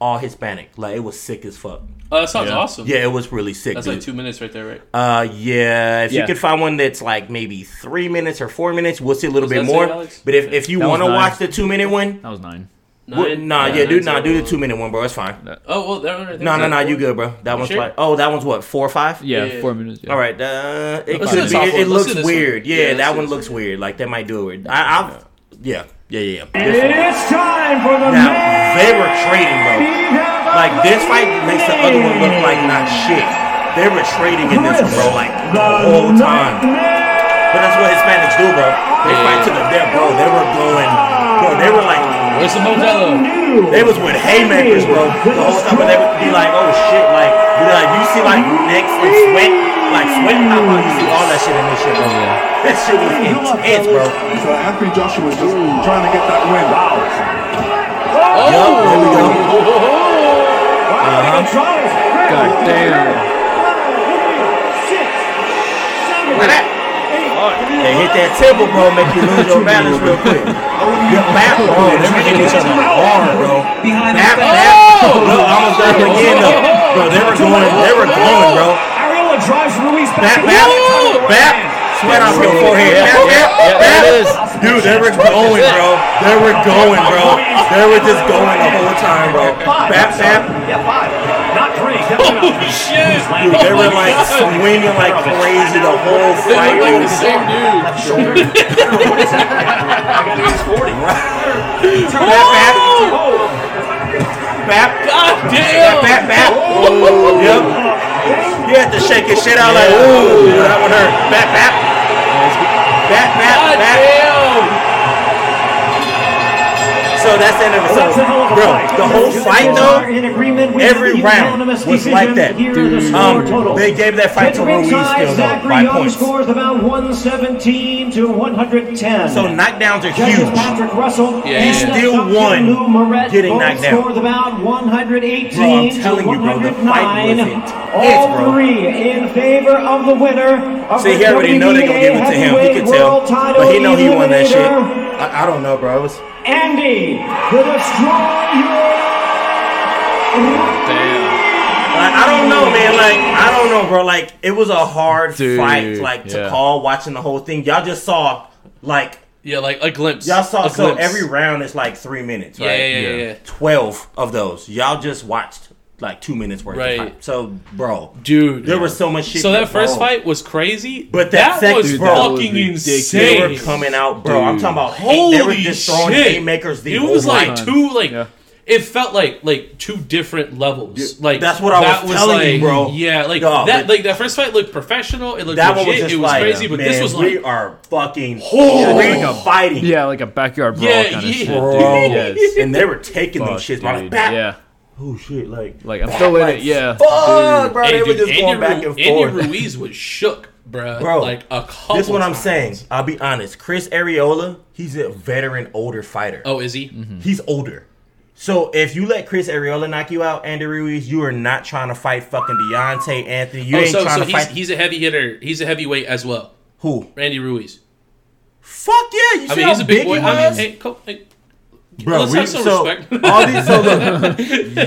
all Hispanic. Like it was sick as fuck. Oh, that sounds awesome. Yeah, it was really sick. That's dude. like two minutes right there, right? Uh, yeah. If you Yeah. could find one that's like maybe three minutes or four minutes, we'll see a little What bit was that more. say, Alex? but if, if you That was want to nine. watch the two minute one, That was nine. well, Nine? nah, yeah, do nine's nah, a- do the two minute one, bro. It's fine. Oh, well, that one right there. No, no, no, Four? you good, bro. That one's sure? like, oh, that one's what four or five? Yeah, Yeah. four minutes. Yeah. All right. Uh, it Let's do could this be. off It, one. Let's it looks do this one. weird. Yeah, Yeah, let's that do one this looks weird. Like that might do it. I, I've, yeah, yeah, yeah, yeah. This one. It's time for the Now they were trading, bro. Like this fight makes the other one look like not shit. They were trading in this, one, bro, like the whole time. But that's what Hispanics do, bro. They fight to the death, bro. They were going, bro. They were like, Where's the Modelo? they was with haymakers, bro. The whole time, but they would be like, oh shit, like, you know, like you see like necks and sweat, like sweat pop out. You see all that shit in this shit, bro. That shit was intense, bro. So Anthony Joshua's just trying to get that win. Yup, there we go. God damn. They hit that temple, bro, make you lose your balance real quick. Your back, bro. Oh, They were hitting each other hard, bro. Behind Back, the back. Look, I almost got him again, though. Bro, they were going, they were going, bro. Ariola drives Ruiz Back, back, back. back. Sweat off your forehead. Back, back, Yeah, back. there it is. Dude, they were going, bro. They were going, bro. They were just going the whole time, bro. Bap, bap. Yeah, five. Not three. Holy shit! Dude, they Oh were my like God. swinging like crazy the whole They fight. look like the dude. same dude. Bap, bap. Bap. God Bap, damn! bap, bap. Yep. You had to shake your shit out like, ooh, that one hurt. Bap, bap. Bap, bap, God bap. damn! So that's the end of it. So, bro, the whole fight, though, every round was like that. Um, they gave that fight to Ruiz still, though, by points. scores about 117 to 110. So knockdowns are Judges huge. Patrick Yeah, Russell and yeah, yeah. Still Dr. won Lou Moret getting both knocked down. scored about 118 Bro, I'm to telling you, bro, the fight 109. was intense, All bro. three in favor of the winner of See, the he already know they're gonna give it to him. He could heavyweight tell, world title but he know he won that shit. eliminator, I, I don't know, bro. It was Andy, the destroyer. Damn. Like, I don't know, man. Like, I don't know, bro. Like, it was a hard Dude, fight, like to yeah. call watching the whole thing. Y'all just saw, like, Yeah, like a glimpse. y'all saw. a So glimpse. every round is like three minutes, Yeah, right? yeah, yeah, yeah, yeah. Twelve of those. Y'all just watched like two minutes worth. Right. Of fight. So, bro, Dude. there was so much shit. so that bro. first fight was crazy, But that second- was Dude, that was fucking ridiculous. They were insane. coming out, bro. I'm talking about hate. Holy They were destroying shit. haymakers the it whole was like night. two like Yeah. it felt like like two different levels. Like that's what I that was telling you, like- bro. Yeah, like Dog, that but- like that first fight looked professional. It looked That one legit. was just it was like, crazy, but man, this was we like are fucking Oh. we fighting. Yeah, like a backyard brawl Yeah, kind of yeah. shit. Bro. Dude. Yes. and they were taking them Fuck, shits. dude. bro. Like, back, Yeah. Oh shit! Like, Like, I'm still in it. Yeah. Fuck, Dude. bro. they were dude, just going Andy back Ru- and forth. Andy Ruiz was shook, bro. Bro, like a couple. this is what I'm times. saying. I'll be honest. Chris Areola, he's a veteran, older fighter. Oh, is he? He's older. So if you let Chris Areola knock you out, Andy Ruiz, you are not trying to fight fucking Deontay Anthony. You oh, ain't so trying so to he's fight he's a heavy hitter. He's a heavyweight as well. who? Randy Ruiz. Fuck yeah! You see I mean, how he's a big boy. he I mean, was? hey, co- hey, Bro, Let's we, have some so respect. all these so look,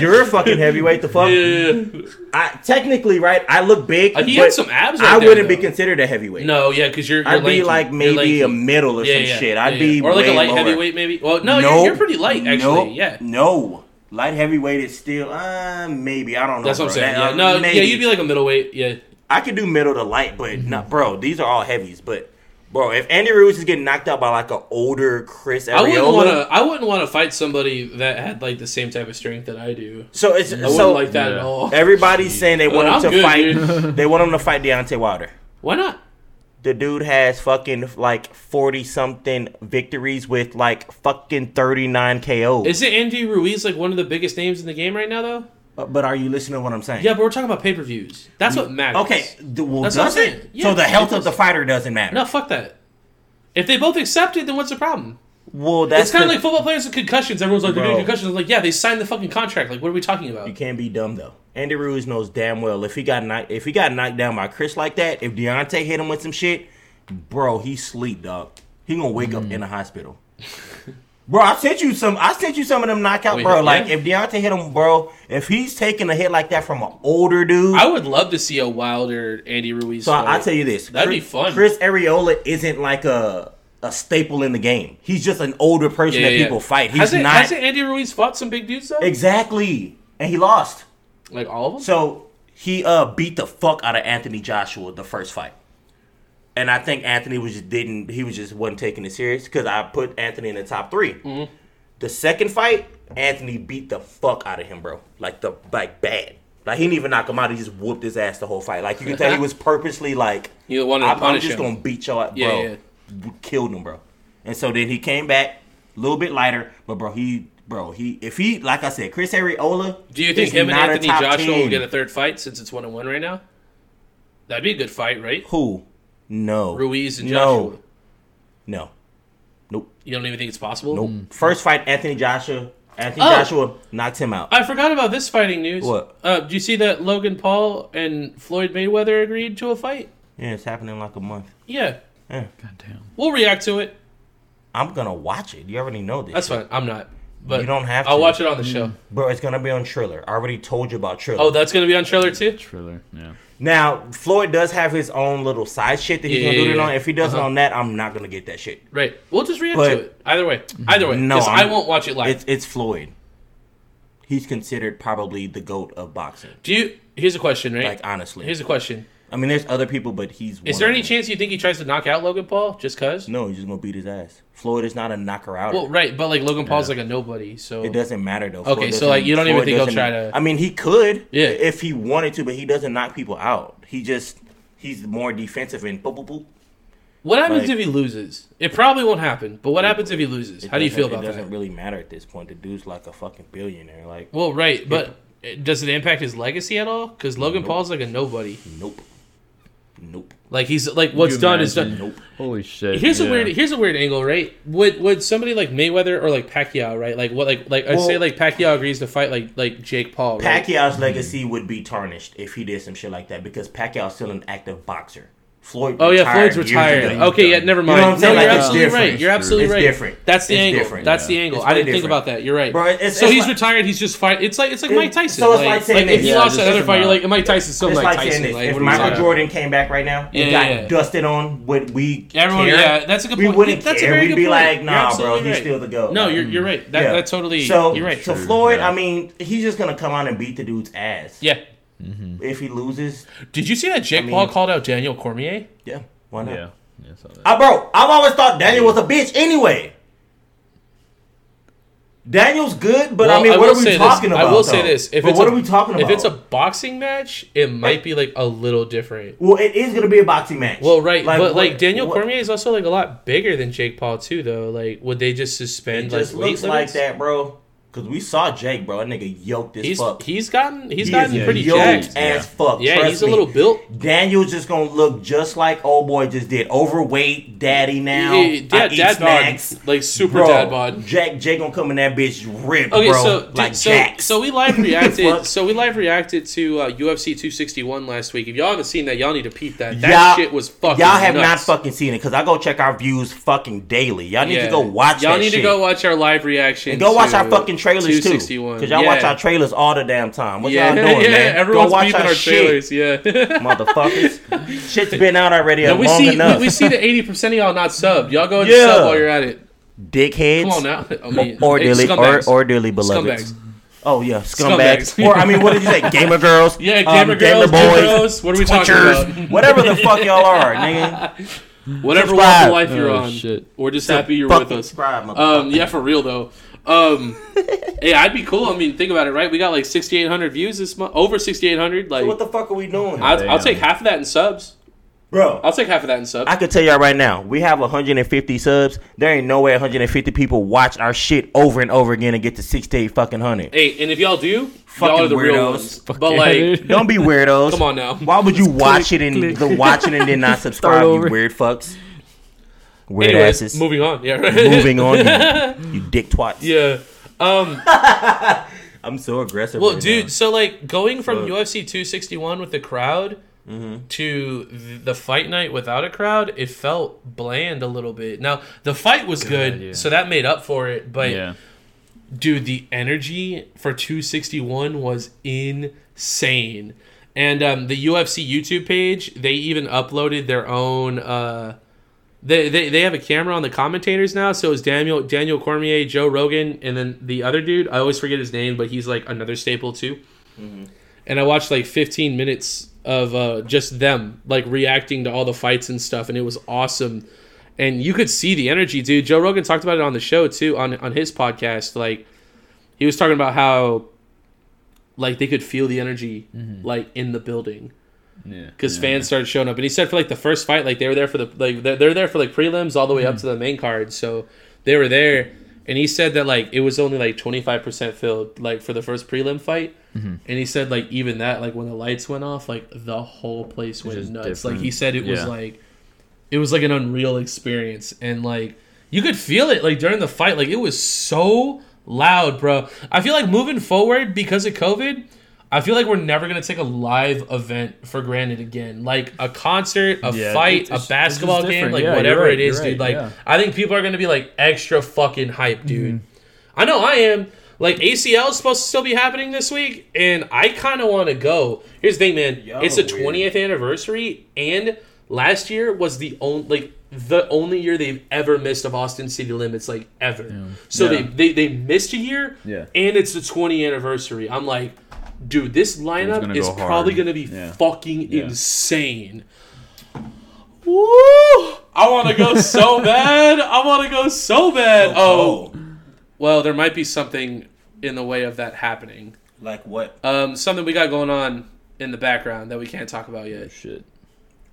you're a fucking heavyweight. The fuck, Yeah. I technically right. I look big. Uh, he but had some abs right I there, wouldn't though. be considered a heavyweight. No, yeah, because you're, you're I'd lanky. be like You're maybe lanky. a middle or yeah, some yeah, shit. yeah, I'd yeah. be or like way a light lower. heavyweight, maybe. Well, no, Oh, you're, you're pretty light actually. Nope. Yeah, No. Light heavyweight is still uh maybe I don't know. that's what I'm bro. saying. That- Yeah. uh, No, maybe. yeah, you'd be Mm-hmm. like a middleweight. Yeah, I could do middle to light, but not bro. These are all heavies, but bro, if Andy Ruiz is getting knocked out by like an older Chris Ariola, I wouldn't want to. I wouldn't want to fight somebody that had like the same type of strength that I do. so it's I wouldn't so like that at yeah. all. everybody's saying they want Well, him to I'm good, fight. they want him to fight Deontay Wilder. Why not? The dude has fucking like forty something victories with like fucking thirty nine KOs. Is it Andy Ruiz like one of the biggest names in the game right now though? Uh, but are you listening to what I'm saying? Yeah, but we're talking about pay per views. That's what matters. Okay. th- well, That's what does I'm it? saying. Yeah, so the it health of does. the fighter doesn't matter. No, fuck that. If they both accept it, then what's the problem? Well, that's it's kind of the- like football players with concussions. Everyone's like, they're Bro. getting concussions. I'm like, yeah, they signed the fucking contract. Like, what are we talking about? You can't be dumb though. Andy Ruiz knows damn well if he got knocked if he got knocked down by Chris like that, if Deontay hit him with some shit, bro, he sleep dog. He gonna wake Mm. up in the hospital. bro, I sent you some. I sent you some of them knockout, Wait, bro. yeah? Like if Deontay hit him, bro, if he's taking a hit like that from an older dude. I would love to see a Wilder Andy Ruiz. so I, fight. will tell you this, That'd Chris, be fun. Chris Areola isn't like a a staple in the game. He's just an older person that people fight. He's hasn't, not Hasn't Andy Ruiz fought some big dudes though? exactly, and he lost. like all of them. So he uh beat the fuck out of Anthony Joshua the first fight. And I think Anthony was just didn't he was just wasn't taking it serious because I put Anthony in the top 3 Mm-hmm. The second fight, Anthony beat the fuck out of him, bro. Like the like bad. Like he didn't even knock him out. He just whooped his ass the whole fight. Like you can tell he was purposely like, You wanted to I'm, I'm punish just him. gonna beat your ass, bro. Yeah, yeah. W- Killed him, bro. And so then he came back a little bit lighter, but bro, he bro he if he like I said, Chris Ariola. Do you is think him and not a Anthony top Joshua will 10. get a third fight since it's one and one right now? That'd be a good fight, right? Who? No. Ruiz and no. Joshua. No. You don't even think it's possible? Nope. First fight, Anthony Joshua. Anthony Hmm. Oh. Joshua knocks him out. I forgot about this fighting news. What? Uh, do you see that Logan Paul and Floyd Mayweather agreed to a fight? yeah, it's happening in like a month. Yeah, Goddamn. we'll react to it. I'm gonna watch it. You already know this, That's fine. I'm not. But You don't have I'll to. watch it on the show. bro. It's gonna be on Triller. I already told you about Triller. Oh, that's gonna be on trailer too. Triller. Yeah. now Floyd does have his own little side shit that he's Yeah, gonna do yeah, it yeah. on. If he doesn't Uh-huh. on that, I'm not gonna get that shit. Right. We'll just react But- to it. Either way. Either way. No, No, I I'm- won't watch it live. It's it's Floyd. He's considered probably the goat of boxing. Do you? Here's a question, right? Like honestly, Here's a question. I mean, there's other people, but he's. Is one there of any them. chance you think he tries to knock out Logan Paul just cause? No, he's just gonna beat his ass. Floyd is not a knocker out. Well, right, but like Logan Paul's like a nobody, so It doesn't matter though. Okay, so, like, you don't even think he'll try to- I mean, he could, Yeah. if he wanted to, but he doesn't knock people out. He just he's more defensive and boop boop boop. what happens like- if he loses? It probably won't happen, but what happens if he loses? It How do you doesn't- feel about It doesn't that? really matter at this point. The dude's like a fucking billionaire. Like, Well, right, but it- does it impact his legacy at all? Because Logan Nope. Paul's like a nobody. nope, nope, Like he's like what's done is done. nope. Holy shit. Here's yeah. a weird here's a weird angle, right? Would would somebody like Mayweather or like Pacquiao, right? Like what like like I say Well- like Pacquiao agrees to fight like like hmm. Jake Paul, right? Pacquiao's legacy would be tarnished if he did some shit like that because Pacquiao's still an active boxer. Floyd. Oh yeah, retired Floyd's years retired. ago. Okay, yeah, never You know mind. what I'm saying? No, you're Like, it's absolutely different. right. You're absolutely It's right. different. That's the It's angle. different. That's the Yeah. angle. It's I didn't way think different. about that. You're right. Bro, it's- so it's he's like- retired. He's just fight. It's like it's like It- Mike Tyson. so it's like, like saying if he this. lost Yeah, another just fight, him you're like out. Mike Tyson's still It's Mike like Tyson. saying this. like, if what are we Michael talking Jordan came back right now Yeah, and got yeah, yeah. dusted on, would we about? Everyone, care? yeah, that's a good we point. wouldn't that's care. a very We'd good be point. like, You're nah, bro, absolutely he's right. still the goat. No, Like, you're you're right. That yeah. that totally. So, You're right. So Floyd, I mean, he's just gonna come out and beat the dude's ass. Yeah. If he loses, Did you see that Jake mean- Paul called out Daniel Cormier? yeah, why not? Yeah. Yeah, I saw that. I, bro, I've always thought Daniel was a bitch anyway. Daniel's good, but I mean, what will are we say talking this. about? I will say though? this. If but it's what a, are we talking If about? it's a boxing match, it might be like a little different. well, it is gonna be a boxing match. Well, right, but like what- Daniel what- Cormier is also like a lot bigger than Jake Paul too, though. Like, would they just suspend It just like weight looks like limits? that, bro. Cause we saw Jake, bro. That nigga yoked as He's fuck. he's gotten he's He gotten is pretty yoked jacked. as fuck. Yeah, trust he's a me. little built. Daniel's just gonna look just like old boy just did. Overweight, daddy now. Yeah, I yeah, eat dad snacks. bod, like super Bro, dad bod. Jack Jake gonna come in that bitch ripped, Okay, bro. so dude, like so, Jack. so we live reacted. Fuck. so we live reacted to uh, UFC 261 last week. If y'all haven't seen that, y'all need to peep that. That Y'all- shit was fucking. Y'all have nuts. not fucking seen it because I go check our views fucking daily. Y'all need Yeah. to go watch. Y'all that need shit. to go watch our live reaction. And go watch to our fucking trailers too. 261. Cause y'all yeah. watch our trailers all the damn time. What yeah, y'all doing, yeah, man? everyone's go watch peeping our, our, shit, trailers. Yeah. motherfuckers. Shit's been out already No, long we see we, enough. we see the eighty percent of y'all not subbed. Y'all go and Yeah. sub while you're at it. Dickheads, Come on now. I mean, or hey, dearly, or, scumbags. or dearly beloveds. Scumbags. Oh yeah, scumbags. Scumbags. or I mean, what did you say? Gamer girls. Yeah, um, gamer girls, gamer bros, what are we talking Twitchers, about? whatever the fuck y'all are, nigga. Whatever walk subscribe. of life you're Oh, on, shit. we're just happy you're Fucking with us. subscribe, Um, motherfucker. yeah, for real though. Um, yeah, I'd be cool. I mean, think about it, right? We got like 6,800 views this month, over 6,800. Like, What the fuck are we doing, I'll, I'll take half of that in subs. bro? I'll take half of that in subs. I can tell y'all right now, we have 150 subs. There ain't no way 150 people watch our shit over and over again and get to 68 fucking hundred. hey, and if y'all do, y'all Fucking are the real weirdos. ones. Fuck but yeah, like, dude. Don't be weirdos. come on now. Why would you watch it and click. the watch it and then not subscribe, you over. weird fucks? Weird Anyways, asses. moving on. Yeah, right. Moving on, you, you dick twats. yeah. I'm so aggressive. Well, right dude, so like going from Fuck. UFC 261 with the crowd Mm-hmm. to th- the fight night without a crowd, it felt bland a little bit. Now the fight was good, yeah. so that made up for it. But Yeah. dude, the energy for 261 was insane. And um, the UFC YouTube page, they even uploaded their own. Uh, they, they, they have a camera on the commentators now. So it's Daniel Daniel Cormier, Joe Rogan, and then the other dude. I always forget his name, but he's like another staple too. And I watched like 15 minutes of uh, just them like reacting to all the fights and stuff, and it was awesome. And you could see the energy, dude. Joe Rogan talked about it on the show too, on on his podcast. Like he was talking about how like they could feel the energy like in the building Yeah. because fans started showing up. And he said for like the first fight, like they were there for the like they're, they're there for like prelims all the way up Mm-hmm. to the main card, so they were there. And he said that like it was only like twenty five percent filled like for the first prelim fight. Mm-hmm. And he said like even that like when the lights went off, like the whole place went just nuts. different. Like he said, it was Yeah. like it was like an unreal experience, and like you could feel it like during the fight. Like it was so loud, bro. I feel like moving forward because of COVID. I feel like we're never gonna take a live event for granted again. Like a concert, a Yeah, fight, it's- it's a just basketball game, different. like Yeah, you're whatever right, it is, you're right, dude. Like yeah. I think people are gonna be like extra fucking hype, dude. Mm-hmm. I know I am. Like ACL is supposed to still be happening this week, and I kind of want to go. Here's the thing, man. it's the weird. 20th anniversary, and last year was the only like the only year they've ever missed of Austin City Limits, like ever. So They, Yeah. they they missed a year, Yeah. and it's the 20th anniversary. I'm like, dude, this lineup gonna is go hard. probably gonna be Yeah. fucking Yeah. insane. Woo! I want to go so bad. I want to go so bad. Oh, well, there might be something in the way of that happening. Like what? Um, something we got going on in the background that we can't talk about yet. Shit.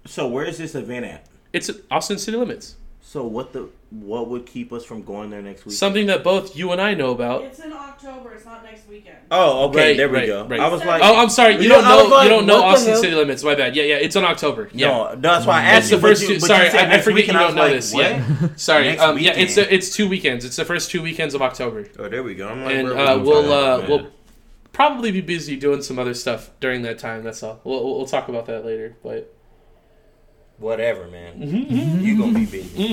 So where is this event at? It's Austin City Limits. So what the what would keep us from going there next week? Something that both you and I know about. It's in October. It's not next weekend. oh, okay, Right, there we right, go. right. I was like, Oh, I'm sorry. You, You don't know, I know. was like, you don't know what the Austin hell? City Limits. My bad. Yeah, yeah. It's in October. Yeah. no, that's why I asked That's you, the but first you- two. but you Sorry, said I, I next forget week, you and I don't know was this. like, Yeah, what? sorry. Next Um, yeah, it's weekend. the, it's two weekends. It's the first two weekends of October, Oh, there we go. I'm like, and where uh, was we'll I? uh, Man. we'll probably be busy doing some other stuff during that time. That's all. We'll we'll we'll talk about that later. But whatever, man. Mm-hmm, you gonna be busy.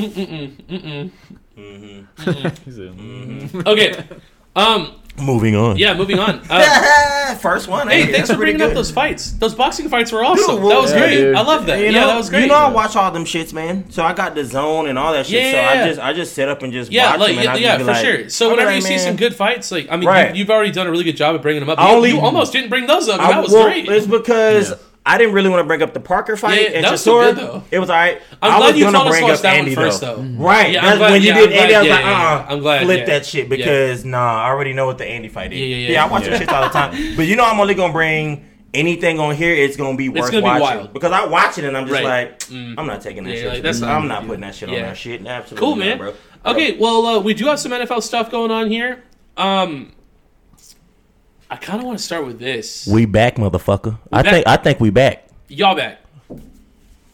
He's a- Mm-hmm. okay, um, Moving on. yeah, moving on. Uh, first one. hey, that's thanks for pretty bringing up good. those fights. Those boxing fights were awesome. well, that was yeah, great. dude. I love that. You yeah, know, that was great. You know, I watch all them shits, man. So I got the zone and all that shit. so Yeah. I just, I just sit up and just yeah, watch like, them. And yeah, I just yeah, be for like- sure. So I'll be whenever like, you see man, some good fights, like I mean, Right. you, have already done a really good job of bringing them up. I You, only- you almost didn't bring those up. and I- that was well, great. It's because. Yeah. I didn't really want to bring up the Parker fight Yeah, yeah, and that was still Chisora. good, though. It was all right. I'm I glad was you gonna told us to bring watch up that Andy, one first, though. though. Right. Yeah, I'm That's glad- when you yeah, did I'm Andy. I was glad- like, yeah, yeah, uh, yeah. I'm glad, flip yeah. that shit Yeah. because nah, I already know what the Andy fight is. Yeah, yeah, yeah, I watch the shit all the time. But you know, I'm only gonna bring anything on here. It's gonna be worth gonna be watching wild. because I watch it and I'm just Right. Mm. like, I'm not taking that Yeah, shit. Mm-hmm. like, that's I'm not- not putting that shit on yeah. that shit. Absolutely, cool, not, man. bro. Okay, well, uh, we do have some NFL stuff going on here. Um, I kind of want to start with this. We back, motherfucker. I back. think I think we back. Y'all back.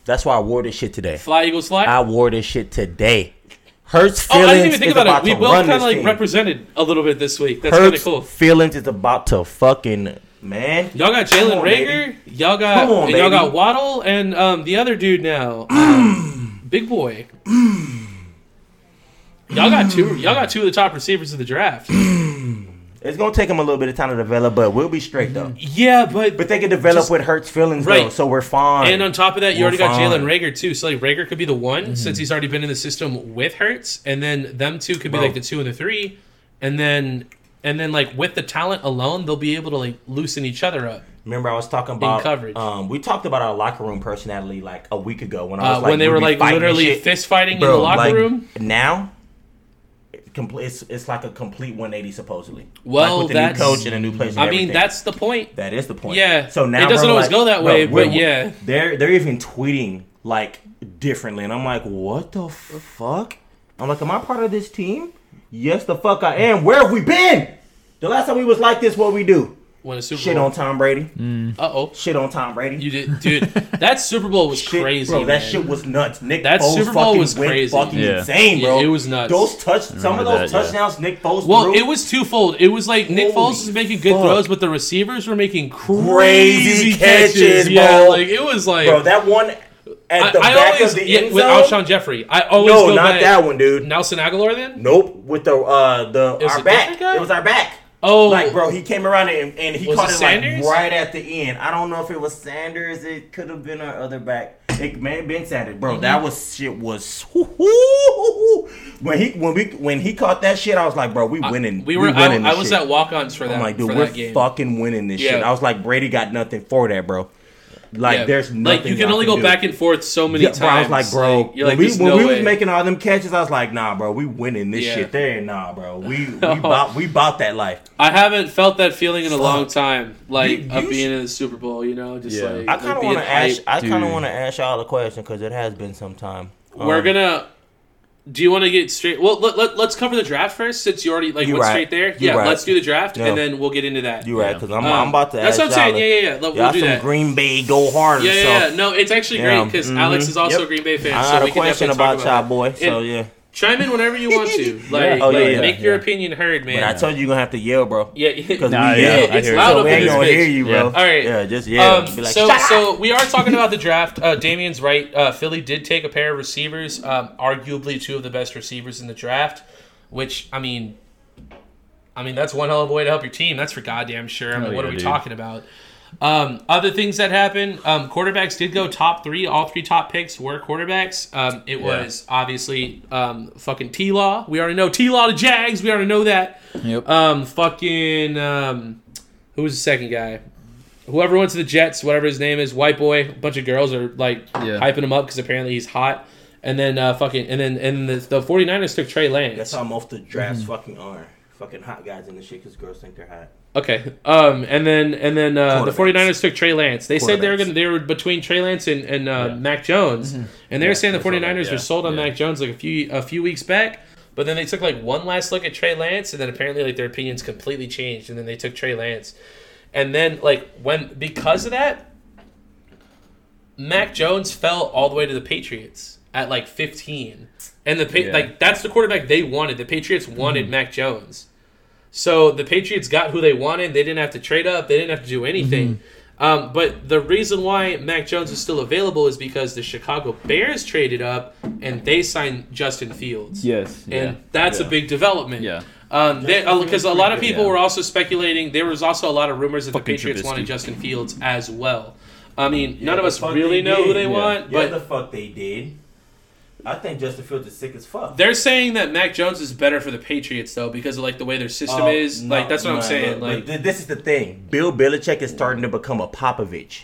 That's why I wore this shit today. Fly Eagles fly. I wore this shit today. Hurts oh, feelings I didn't even think is about, about it. We to both run kind this of like team. represented a little bit this week. That's kind of Hurts cool. feelings is about to fucking man. Y'all got Come Jalen on, Rager. Y'all got Come on, y'all got baby. Waddle and um, the other dude now, um, big boy. y'all got two. Y'all got two of the top receivers of the draft. It's gonna take him a little bit of time to develop, but we'll be straight though. yeah, but But they can develop Mm-hmm. Just- with Hurts feelings though, Right. so we're fine. and on top of that, you We're already got fine. Mm-hmm. Jalen Rager too. So like Rager could be the one since he's already been in the system with Hertz, and then them two could be Bro. like the two and the three, and then and then like with the talent alone, they'll be able to like loosen each other up. Remember, I was talking about coverage. Um, we talked about our locker room personality like a week ago when I Uh, was like, when they we were be like fighting and literally shit. fist fighting in Bro, the locker like, room. Now, it compl- it's it's like a complete 180 supposedly. Well, like with that's- a new coach and a new place. And I everything. mean, that's the point. that is the point. Yeah. So now It doesn't bro, always like- go that bro, way, we're- but yeah. they're they're even tweeting like differently, and I'm like, what the fuck? I'm like, am I part of this team? Yes, the fuck I am. Where have we been? The last time we was like this, what we do? Won a Super Shit Bowl. on Tom Brady. Uh oh. Shit on Tom Brady. You did, dude. That Super Bowl was Shit, crazy. bro. That man. shit was nuts. Nick That Foles Super Bowl fucking was went crazy. fucking Yeah. insane, bro. It- it was nuts. Those touch, some of remember those that, yeah. touchdowns Nick Foles Well, threw. it was twofold. It was like Nick Holy Foles was making good fuck. throws, but the receivers were making crazy, Crazy catches. catches, yeah, bro. like it was like bro. That one at the I, I back always of the yeah, end with zone. Alshon Jeffrey. I always No, go not back. that one, dude. Nelson Aguilar then. Nope, with the uh the was our a back. different guy? It was our back. Oh. like bro, he came around and, and he Was caught it it, like Sanders? right at the end. I don't know if it was Sanders. It could have been our other back. It may have been Sanders, bro. Mm-hmm. That was shit was when he when we when he caught that shit. I was like, bro, we winning. We were. I, winning I this was shit. at walk-ons for that. I'm like, dude, for we're that game. fucking winning this shit. Yeah. I was like, Brady got nothing for that, bro. Like, Yeah. there's nothing. Like you can y'all only go do. back and forth so many Yeah, times. bro, I was like, bro, you're like, when we, there's when no we was way. making all them catches, I was like, nah, bro, we winning this Yeah. shit. There, ain't nah, bro, we we bought we bought that life. I haven't felt that feeling in a long time, like You- you of being sh- in the Super Bowl. You know, just Yeah. like I like, kind of being want to ask. hyped. I kind of dude. want to ask y'all a question because it has been some time. We're Um, gonna. Do you want to get straight? Well, let, let, let's cover the draft first, since you already like You went right. straight there. You yeah, right. let's do the draft, Yeah. and then we'll get into that. You right? Because I'm, Um, I'm about to. That's ask what I'm y'all saying. Yeah, yeah, yeah. Let- Y'all We'll do some that. Green Bay go hard. yeah, yeah, yeah. No, it's actually Yeah. great because Alex is also a Yep. Green Bay fan. I so got we a can question definitely talk about y'all, boy. So And yeah, Chime in whenever you want to. Like, Oh, yeah, like, yeah, make your yeah. opinion heard, man. but I told you you're gonna have to yell, bro. yeah, Cause Nah, we, yeah, yeah, I it's hear loud you. so up we in ain't this gonna bitch. hear you, bro. Yeah. All right. yeah, just yeah. Um, so, so we are talking about the draft. Uh, Damien's right. Uh, Philly did take a pair of receivers, um, arguably two of the best receivers in the draft. Which I mean, I mean that's one hell of a way to help your team. That's for goddamn sure. I mean, Oh, what yeah, are we dude. talking about? Um, other things that happened: um, quarterbacks did go top three. All three top picks were quarterbacks. Um, it was obviously um, fucking T Law. We already know T Law to Jags. We already know that. Yep. Um, fucking um, who was the second guy? Whoever went to the Jets, whatever his name is, white boy. A bunch of girls are like Yeah. hyping him up because apparently he's hot. And then uh, fucking and then and the, the 49ers took Trey Lance. That's how most of the drafts fucking are. Fucking hot guys in the shit because girls think they're hot. Okay. Um, and then and then uh, the Quarterbacks. 49ers took Trey Lance. They said they were Quarterbacks. gonna they were between Trey Lance and, and uh, Mac Jones, and they were saying the 49ers yeah, were sold on yeah. Mac Jones like a few a few weeks back. But then they took like one last look at Trey Lance, and then apparently like their opinions completely changed, and then they took Trey Lance, and then like when because of that, Mac Jones fell all the way to the Patriots at like 15, and the pa- Yeah. like that's the quarterback they wanted. The Patriots wanted Mac Jones. So the Patriots got who they wanted. They didn't have to trade up. They didn't have to do anything. Um, but the reason why Mac Jones is still available is because the Chicago Bears traded up and they signed Justin Fields. Yes. Yeah. And that's a big development. Yeah. Um, because a lot of people yeah. were also speculating. There was also a lot of rumors that Fucking the Patriots Trubisky. wanted Justin Fields as well. I mean, none of the us fuck really they know who did. they Yeah. want, Yeah, but the fuck they did. I think Justin Fields is sick as fuck. they're saying that Mac Jones is better for the Patriots though because of like the way their system Uh, is. no, like that's what no, I'm saying. but like th- this is the thing. Bill Belichick is starting to become a Popovich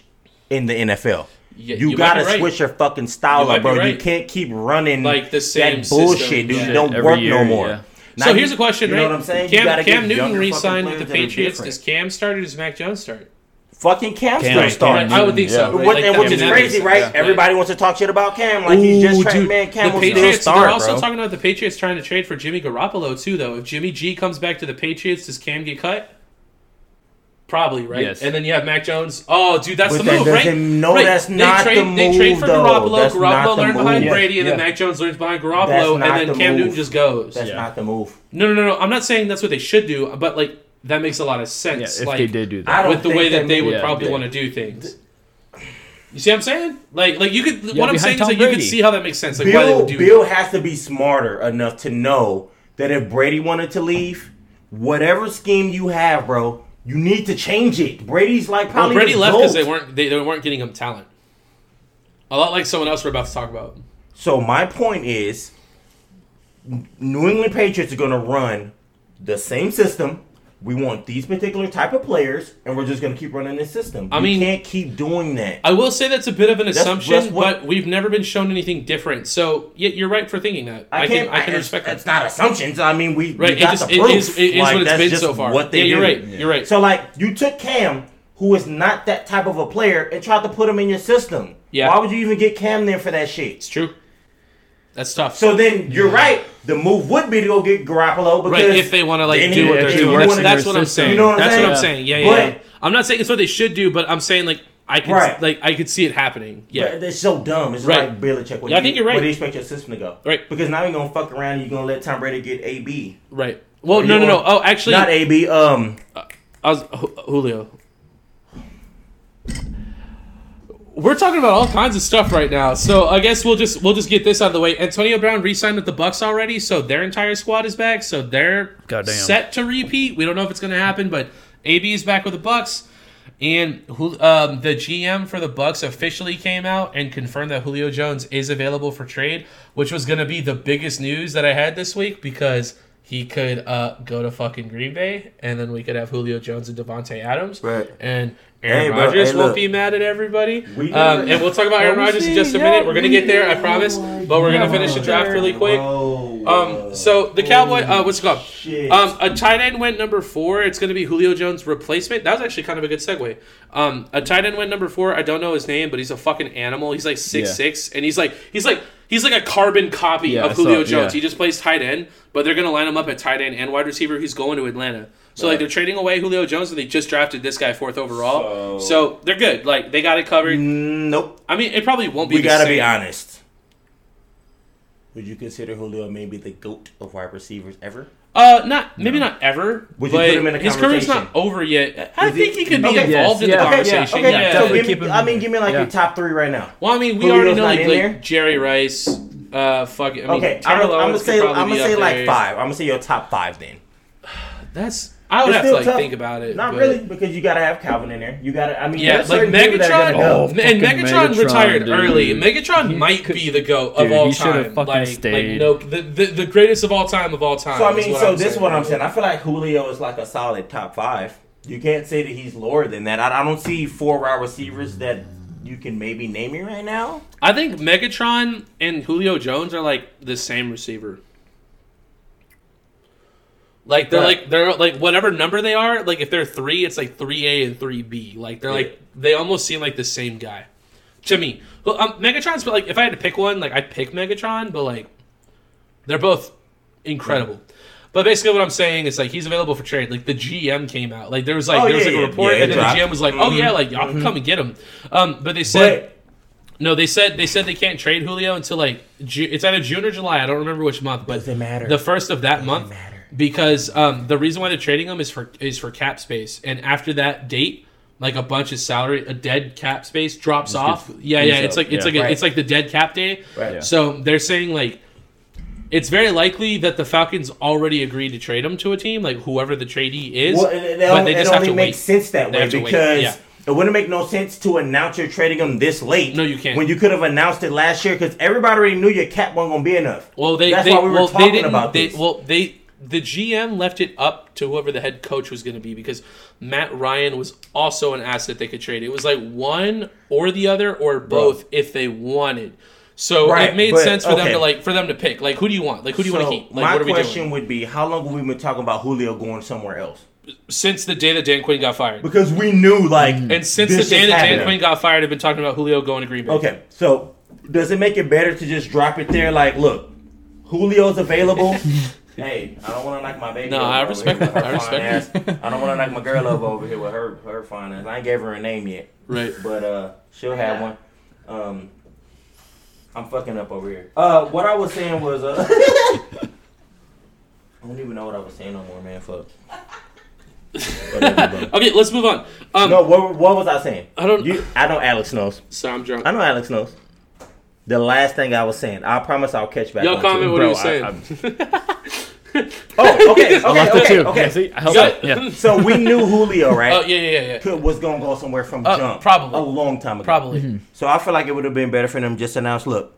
in the NFL. Yeah, you, you might gotta be right. switch your fucking You style might up, be bro. You right. can't keep running Like the same that bullshit, system, dude. yeah. It don't Every work no year, more. yeah. so Now here's a question, you right? know what I'm saying? You Cam, gotta Cam get Newton younger re-signed with fucking the players that are Patriots. different. Does Cam start or does Mac Jones start? Fucking Cam Cam- still Cam starting. I would think so. Yeah. right? Which, Like, and I which mean, is that crazy, makes- right? yeah. Everybody wants to talk shit about Cam. Like he's Ooh, just trying, dude. man. Cam the will still Patriots. start, they're also bro. talking about the Patriots trying to trade for Jimmy Garoppolo too, though. If Jimmy G comes back to the Patriots, does Cam get cut? Probably right, Yes. and then you have Mac Jones. Oh, dude, that's But the that move, right? doesn't- no, right. that's not they trade, the They trade move, for though. Garoppolo. That's not Garoppolo the learned behind move. Brady, and then Yeah. Mac Jones learns behind That's Garoppolo, and not then the Cam move. Newton just goes. That's not the move. No, no, no, no. I'm not saying that's what they should do, but like that makes a lot of sense. Yeah, if like, they did do that. I don't with the think way that that they made- would Yeah, probably they- want to do things. You see what I'm saying? Like, like you could. what I'm behind saying Tom is that you Brady. could see how that makes sense. Like why they Bill, would do Bill that. has to be smarter enough to know that if Brady wanted to leave, whatever scheme you have, bro, you need to change it. Brady's like Well, probably Brady the left because they GOAT. weren't they, they weren't getting him talent. A lot like someone else we're about to talk about. So my point is, New England Patriots are going to run the same system. We want these particular type of players, and we're just going to keep running this system. I You mean- can't keep doing that. I will say that's a bit of an That's- assumption, that's what- but we've never been shown anything different. So yeah, you're right for thinking that. I, can I can respect It's that. not assumptions. I mean, we, Right, we it got just- the it proof. is- it is what it's that's been just so far. What they Yeah, you're do. right, you're right. So like, you took Cam, who is not that type of a player, and tried to put him in your system. Yeah. Why would you even get Cam there for that shit? It's true. That's tough. So then you're right. The move would be to go get Garoppolo because Right, if they want to like then do he- what if they're he you doing, works that's, wanna- in that's their what I'm system. saying. You know what I'm that's saying? what I'm Yeah. saying. Yeah, yeah, yeah. But- I'm not saying it's what they should do, but I'm saying like I could Right. like I could see it happening. Yeah, But That's so dumb. It's Right. like Belichick. What Yeah, I do think you- you're right. Where do you expect your system to go? Right. Because now you're gonna fuck around. and You're gonna let Tom Brady get AB. right. Well, Or no, you no, no. want- Oh, actually, Not AB. Um. I was Ju- Julio. We're talking about all kinds of stuff right now, so I guess we'll just we'll just get this out of the way. Antonio Brown re-signed with the Bucks already, so their entire squad is back, so they're Goddamn. set to repeat. We don't know if it's going to happen, but AB is back with the Bucks, and Ju- um, the GM for the Bucks officially came out and confirmed that Julio Jones is available for trade, which was going to be the biggest news that I had this week because he could uh, go to fucking Green Bay, and then we could have Julio Jones and Devonte Adams, Right. and Aaron Hey, bro, Rodgers hey, won't look. be mad at everybody. We- um, and we'll talk about Aaron Rodgers in just a minute. We're gonna get there, I promise. But we're gonna finish the draft really quick. Um, so the Cowboy, uh, what's it called? Shit. Um, a tight end went number four. It's going to be Julio Jones' replacement. That was actually kind of a good segue. Um, a tight end went number four. I don't know his name, but he's a fucking animal. He's like six Yeah. six, and he's like he's like he's like a carbon copy Yeah, I of Julio saw- Jones. yeah. He just plays tight end, but they're going to line him up at tight end and wide receiver. He's going to Atlanta. So like they're trading away Julio Jones, and they just drafted this guy fourth overall. So, they're good. Like they got it covered. Nope. I mean, it probably won't be. Mm. We the gotta same. be honest. Would you consider Julio maybe the goat of wide receivers ever? Uh, not maybe not ever. Would you but put him in a his career's not conversation? over yet. I Is he- think he could be Okay, yes, involved in the yeah, okay, yeah, conversation. okay, yeah, so definitely give me, keep him I in mean, there. give me like Yeah. your top three right now. Well, I mean, we Julio's already know not like, in like, there? Jerry Rice. Uh, fuck. it. I mean, Okay, Taylor I'm, gonna- I'm Lawrence gonna could say probably I'm gonna be say up like there. five. I'm gonna say your top five then. That's I would It's have to still like tough. think about it. Not but- really, because you gotta have Calvin in there. You gotta. I mean, Yeah, there's like certain people that are Megatron, gonna go. Oh, and fucking Megatron, Megatron, retired dude. early. Megatron might could- be the goat of dude, all he should've time. fucking like, Like, stayed. no, the, the the greatest of all time of all time. Oh, So I is mean, what so I'm this is saying. what I'm saying. I feel like Julio is like a solid top five. You can't say that he's lower than that. I, I don't see four wide receivers that you can maybe name me right now. I think Megatron and Julio Jones are like the same receiver. Like they're Right. like they're like whatever number they are, like if they're three, it's like three A and three B. Like they're like they almost seem like the same guy to me. Well, um, Megatron's but like if I had to pick one, like I'd pick Megatron, but like they're both incredible. But basically, what I'm saying is like he's available for trade. Like the GM came out, like there was like Oh, there was yeah, like a yeah, report, yeah, it and then dropped. Mm-hmm. the GM was like, oh yeah, like y'all can come and get him. Um, but they said. But No, they said they said they can't trade Julio until like Ju- it's either June or July. I don't remember which month, but Doesn't matter. the first of that month matter. because um, the reason why they're trading him is for is for cap space, and after that date, like a bunch of salary, a dead cap space drops off. yeah, yeah, used it's up, like it's yeah. like a, Right. it's like the dead cap day. Right. Yeah. So they're saying like it's very likely that the Falcons already agreed to trade him to a team, like whoever the tradee is, well, it, it, but don't- they it just have only to wait. makes sense that They way have to wait, because yeah. it wouldn't make no sense to announce you're trading him this late. No, you can't. When you could have announced it last year because everybody already knew your cap wasn't gonna be enough. Well, they that's they, why we were well, talking they didn't, about they, this. Well, they the GM left it up to whoever the head coach was going to be because Matt Ryan was also an asset they could trade. It was like one or the other or both if they wanted. So Right, it made but- sense for them okay. to like for them to pick. Like who do you want? Like who do you So, want to keep? Like my what are we question doing? would be: How long have we been talking about Julio going somewhere else? Since the day that Dan Quinn got fired. Because we knew, like, and since this the day is that Dan happening. Quinn got fired, I've been talking about Julio going to Green Bay. Okay, so does it make it better to just drop it there? Like, look, Julio's available. Hey, I don't want to knock my baby. No, over I over respect here with that. her I fine respect ass. I don't want to knock my girl over over here with her her fine ass. I ain't gave her a name yet, Right. but uh, she'll have one. Um, I'm fucking up over here. Uh, what I was saying was uh, I don't even know what I was saying no more, man. Fuck. Whatever, bro. Okay, let's move on. Um, no, what, what was I saying? I don't. You, I know Alex knows. so I'm drunk. I know Alex knows. The last thing I was saying, I promise I'll catch back. Y'all on to it. comment what Bro, he was I- saying. I'm- Oh, okay, I okay, left it okay, too. Yeah, okay. see, I helped So- it. Yeah. So we knew Julio, right? Oh yeah, yeah, yeah, yeah. could- was gonna go somewhere from Uh, jump. probably. a long time ago. Probably. So I feel like it would have been better for them just to announce, look,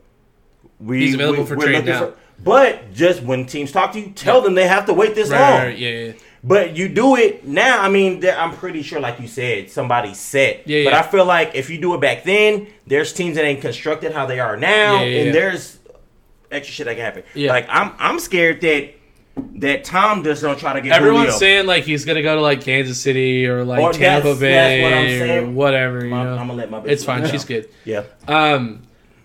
we He's available we- for we're trade looking now. but just when teams talk to you, tell Yeah. them they have to wait this Right, long. right, right, yeah, yeah. yeah. But you do it now. I mean, there- I'm pretty sure, like you said, somebody set. Yeah, but yeah. I feel like if you do it back then, there's teams that ain't constructed how they are now, Yeah, yeah, and yeah. there's extra shit that can happen. Yeah. Like I'm, I'm scared that that Tom just don't try to get Everyone's Julio. saying like he's gonna go to like Kansas City or like Or that's- Tampa that's Bay what I'm or saying. whatever. You I'm, know? I'm gonna let my. it's bitch fine. know. She's good. Yeah. Um,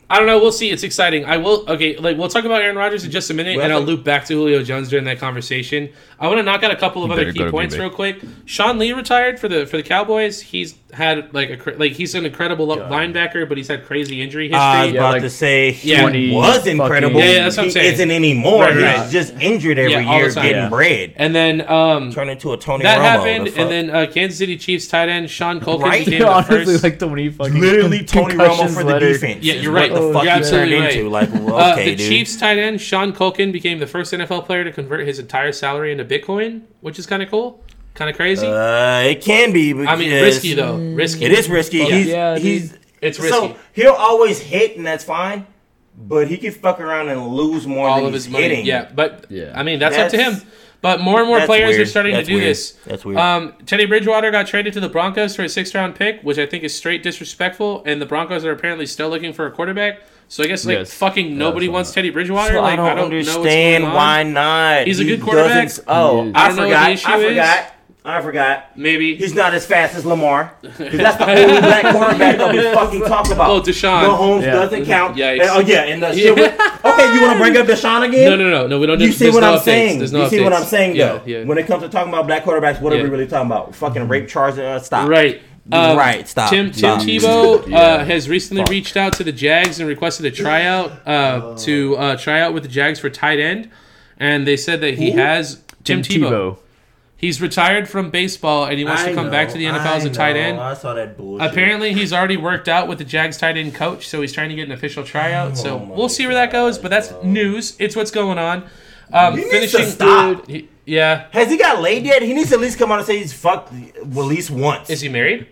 I don't know. We'll see. It's exciting. I will. Okay, like we'll talk about Aaron Rodgers in just a minute, Well, and I I'll think- loop back to Julio Jones during that conversation. I want to knock out a couple of other better go key to points Green real quick. Sean Lee retired for the for the Cowboys. He's had like a cr- like he's an incredible linebacker, but he's had crazy injury history. I was Yeah, about like to say he Yeah. 20 was incredible. Yeah, yeah, that's what I'm he saying. isn't anymore. Right, He's right. just injured every Yeah, all the year, time. getting Yeah. bread. and then um, Turn into a Tony that Romo. happened, the fuck? and then uh, Kansas City Chiefs tight end Sean Colkins Right? became Yeah, the honestly, first. like 20 fucking literally Tony Romo concussions for the letter. defense. Yeah, is you're what right. The You're fuck you turned absolutely right. into like well, Uh, okay, the dude. Chiefs tight end Sean Colkin became the first NFL player to convert his entire salary into Bitcoin, which is kind of cool, kind of crazy. Uh, it can be. But I mean, yes. risky though, risky. It is risky. He's, Yeah, dude. he's It's risky. so he'll always hit, and that's fine. But he can fuck around and lose more all than of he's his money. hitting. Yeah, but Yeah. I mean that's, up to That's- him. But more and more that's players are weird. starting That's to do weird. this. That's weird. Um, Teddy Bridgewater got traded to the Broncos for a sixth round pick, which I think is straight disrespectful. And the Broncos are apparently still looking for a quarterback. So I guess like Yes. fucking nobody that's wants right. Teddy Bridgewater. So like I don't, know what's going understand on. why not. He's a He good quarterback. doesn't- Oh, I I don't know what forgot. the I issue is. forgot. I forgot. Maybe He's not as fast as Lamar. 'Cause That's the only black quarterback that we fucking talk about. Oh, Deshaun. Mm-hmm. Mahomes Yeah. doesn't count. Yikes. And- oh yeah, and the shit with- okay, you want to bring up Deshaun again? no, no, no, no. We don't. You there's see what no I'm updates. saying? There's no you see what updates. I'm saying Yeah, though. yeah. When it comes to talking about black quarterbacks, what are Yeah. we really talking about? Fucking rape charges? Uh, stop. Right. Um, Right, stop. Tim Tim Stop. Tebow uh, has recently reached out to the Jags and requested a tryout uh, to uh, try out with the Jags for tight end, and they said that he has Tim, Tebow. He's retired from baseball and he wants I to come know, back to the NFL as I a tight know, end. I saw that bullshit. Apparently, he's already worked out with the Jags tight end coach, so he's trying to get an official tryout. so Oh my we'll see where that goes, but that's news. It's what's going on. Um, He needs to finishing, stop. He- yeah. Has he got laid yet? He needs to at least come out and say he's fucked at least once. Is he married?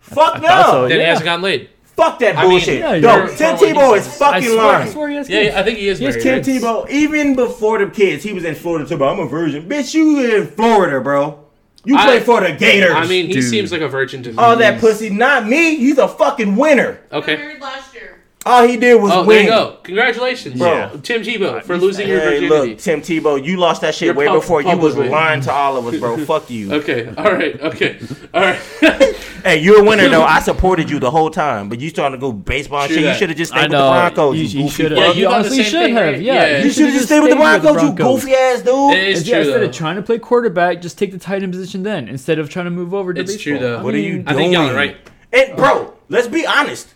Fuck no. thought so, Then he Yeah. hasn't gotten laid. Fuck that mean, bullshit. yeah, no, you're- Tim for what Tebow he is says. I fucking swear, I lying. swear he has Yeah, I think he is Yes, married. Tim right? Tebow. Tim Tebow, even before the kids, he was in Florida. Too, but I'm a virgin. Bitch, you in Florida, bro. You I- play for the Gators. I mean, he Dude. seems like a virgin to me. all that pussy, not me. He's a fucking winner. We were Okay. married last year. All he did was Oh, there win. you go. Congratulations, Bro. Tim Tebow, for losing your Hey, virginity. look, Tim Tebow, you lost that shit You're way pub- before you was publicly. lying to all of us, bro. Fuck you. Okay. All right. Okay. All right. Hey, you're a winner though. I supported you the whole time, but you starting to go baseball and True shit. You that. should have just I stayed with the know. Broncos. You- You, you goofy. should Yeah, have. you thought the you Oh, honestly same should thing, have. right? Yeah, Yeah. You You should have just stayed with the Broncos. You goofy ass dude. It is yeah, true instead though. of trying to play quarterback, just take the tight end position then instead of trying to move over to It's baseball. true, though. I What are mean, you doing? I think y'all are right. And bro, let's be honest.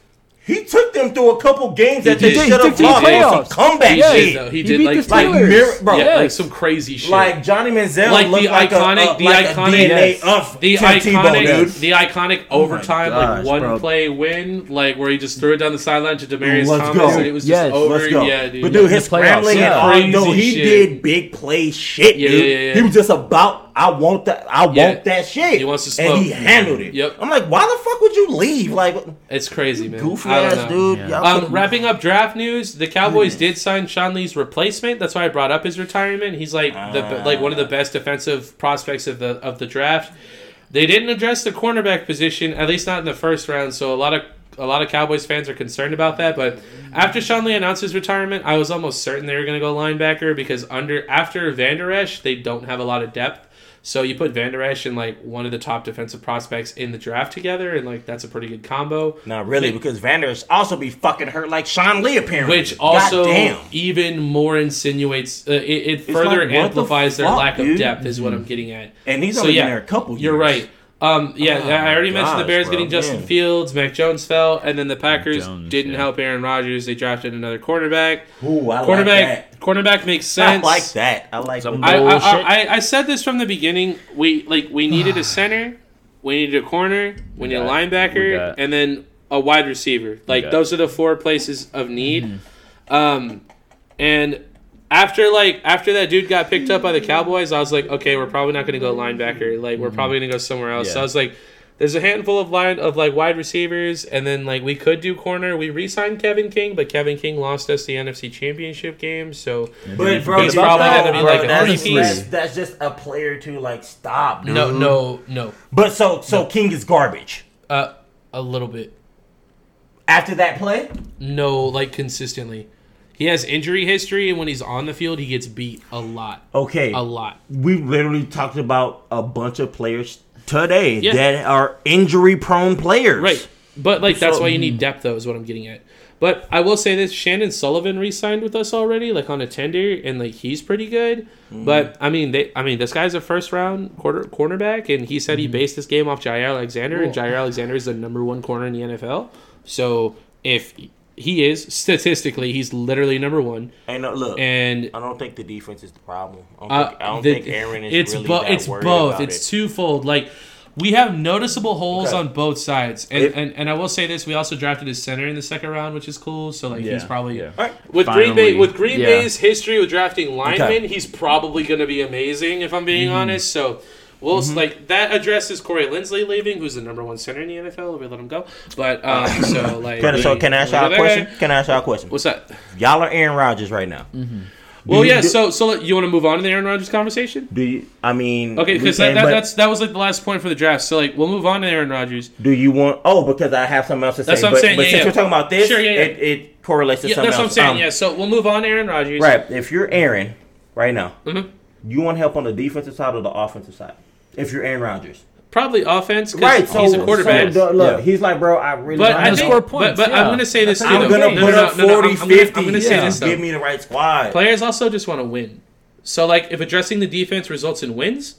He took them through a couple games that He did. they should He have took to the lost. on playoffs. Some comeback He Yeah, did shit. though. He, He did beat like the like, Steelers. mirror- bro, yeah, like yes. some crazy shit. Like Johnny Manziel Like the looked like iconic- a, a, the like iconic- a DNA yes. of the Tim iconic, Tebow, dude. the iconic overtime, like Oh gosh, one bro. play win, like where he just threw it down the sideline to Demarius Let's Thomas, go. and it was Yes. just over. Let's go. Yeah, dude. But dude, Yeah, his the playoffs, scrambling yeah. and Crazy no, he shit. did big play shit, Yeah, dude. yeah, yeah, yeah. He was just about I want that I Yeah. want that shit. He wants to and smoke. he handled it. Yep. I'm like, why the fuck would you leave? Like it's crazy, man. goofy I don't ass know. dude. Yeah. Y'all Um, could've- wrapping up draft news, the Cowboys did sign Sean Lee's replacement. That's why I brought up his retirement. He's like the like one of the best defensive prospects of the of the draft. They didn't address the cornerback position, at least not in the first round. So a lot of a lot of Cowboys fans are concerned about that. But after Sean Lee announced his retirement, I was almost certain they were going to go linebacker because under after Van Der Esch, they don't have a lot of depth. So you put Van Der Esch and like one of the top defensive prospects in the draft together, and like that's a pretty good combo. Not really, because Vanders also be fucking hurt like Sean Lee apparently. Which also Goddamn. even more insinuates uh, it, it further like, what the amplifies their fuck, lack of dude? Mm-hmm. depth is what I'm getting at. And he's only been there a couple You're years. Oh right. Um, yeah, I already mentioned the gosh, Bears bro, getting Justin man. Fields, Mac Jones fell, and then the Packers Jones, didn't yeah. help Aaron Rodgers. They drafted another quarterback. Ooh, I like Cornerback, that. cornerback makes I sense. like that. I like Some that. I, I, Bullshit. I, I said this from the beginning. We like we needed a center, we needed a corner, we, needed a got- we linebacker, got- and then a wide receiver. Like got- Mm-hmm. those are the four places of need. Um, and after like after that dude got picked up by the Cowboys, I was like, okay, we're probably not going to go linebacker. Like we're probably going to go somewhere else. So Mm-hmm. Yeah. I was like. There's a handful of line of like wide receivers, and then like we could do corner. We re-signed Kevin King, but Kevin King lost us the NFC Championship game, so But bro, He's that's probably not- gonna be bro, like a that's, three-piece. that's, that's just a player to like stop. Dude. no, no, no. But so so King is garbage. Uh, a little bit. After that play, No, like consistently. He has injury history, and when he's on the field, he gets beat a lot. okay, A lot. we literally talked about a bunch of players today Yeah. that are injury prone players. Right. But, like, that's So- why you need depth, though, is what I'm getting at. But I will say this Shannon Sullivan re signed with us already, like, on a tender, and, like, he's pretty good. But, I mean, they, I mean, this guy's a first round quarter cornerback, and he said he based this game off Jair Alexander, and Jair Alexander is the number one corner in the NFL. So, if he is, statistically, he's literally number one. And uh, look, And I don't think the defense is the problem. I don't, think, I Uh, don't the- think Aaron is it's really bo- that it's worried both. about It's it. twofold. Like we have noticeable holes Okay. on both sides, and, It- and and I will say this: we also drafted his center in the second round, which is cool. So like he's Yeah, probably yeah. All right. with Green Finally, Bay with Green yeah. Bay's history with drafting linemen, Okay. he's probably going to be amazing. If I'm Mm-hmm. being honest, so. Well, s like that addresses Corey Lindsley leaving, who's the number one center in the NFL. We let him go, but um, so like. Can I- so we- can I ask we y'all got a that question? guy. Can I ask y'all a question? What's that? Y'all are Aaron Rodgers right now. Well, you yeah. do- So, so like, you want to move on to the Aaron Rodgers conversation? Do you? I mean, Okay, we because that, can, that, but that's that was like the last point for the draft. So like we'll move on to Aaron Rodgers. do you want? Oh, because I have something else to say. That's what I'm but, saying, But yeah, since yeah. we're talking about this, Sure, yeah, yeah. It, it correlates to Yeah, something that's what I'm else. saying. Um, yeah, so we'll move on to Aaron Rodgers. Right. If you're Aaron right now, Mhm. you want help on the defensive side or the offensive side? If you're Aaron Rodgers, Probably offense because right? So he's a quarterback. So, the- look, Yeah. he's like, bro, I really. but I don't know. think, score but, points, but I'm yeah. gonna say this too. I'm though. gonna No, no, put no, up no, no, 40, I'm- I'm gonna- 50. I'm gonna say yeah. this though. Give me the right squad. Players also just want to win. So like if addressing the defense results in wins,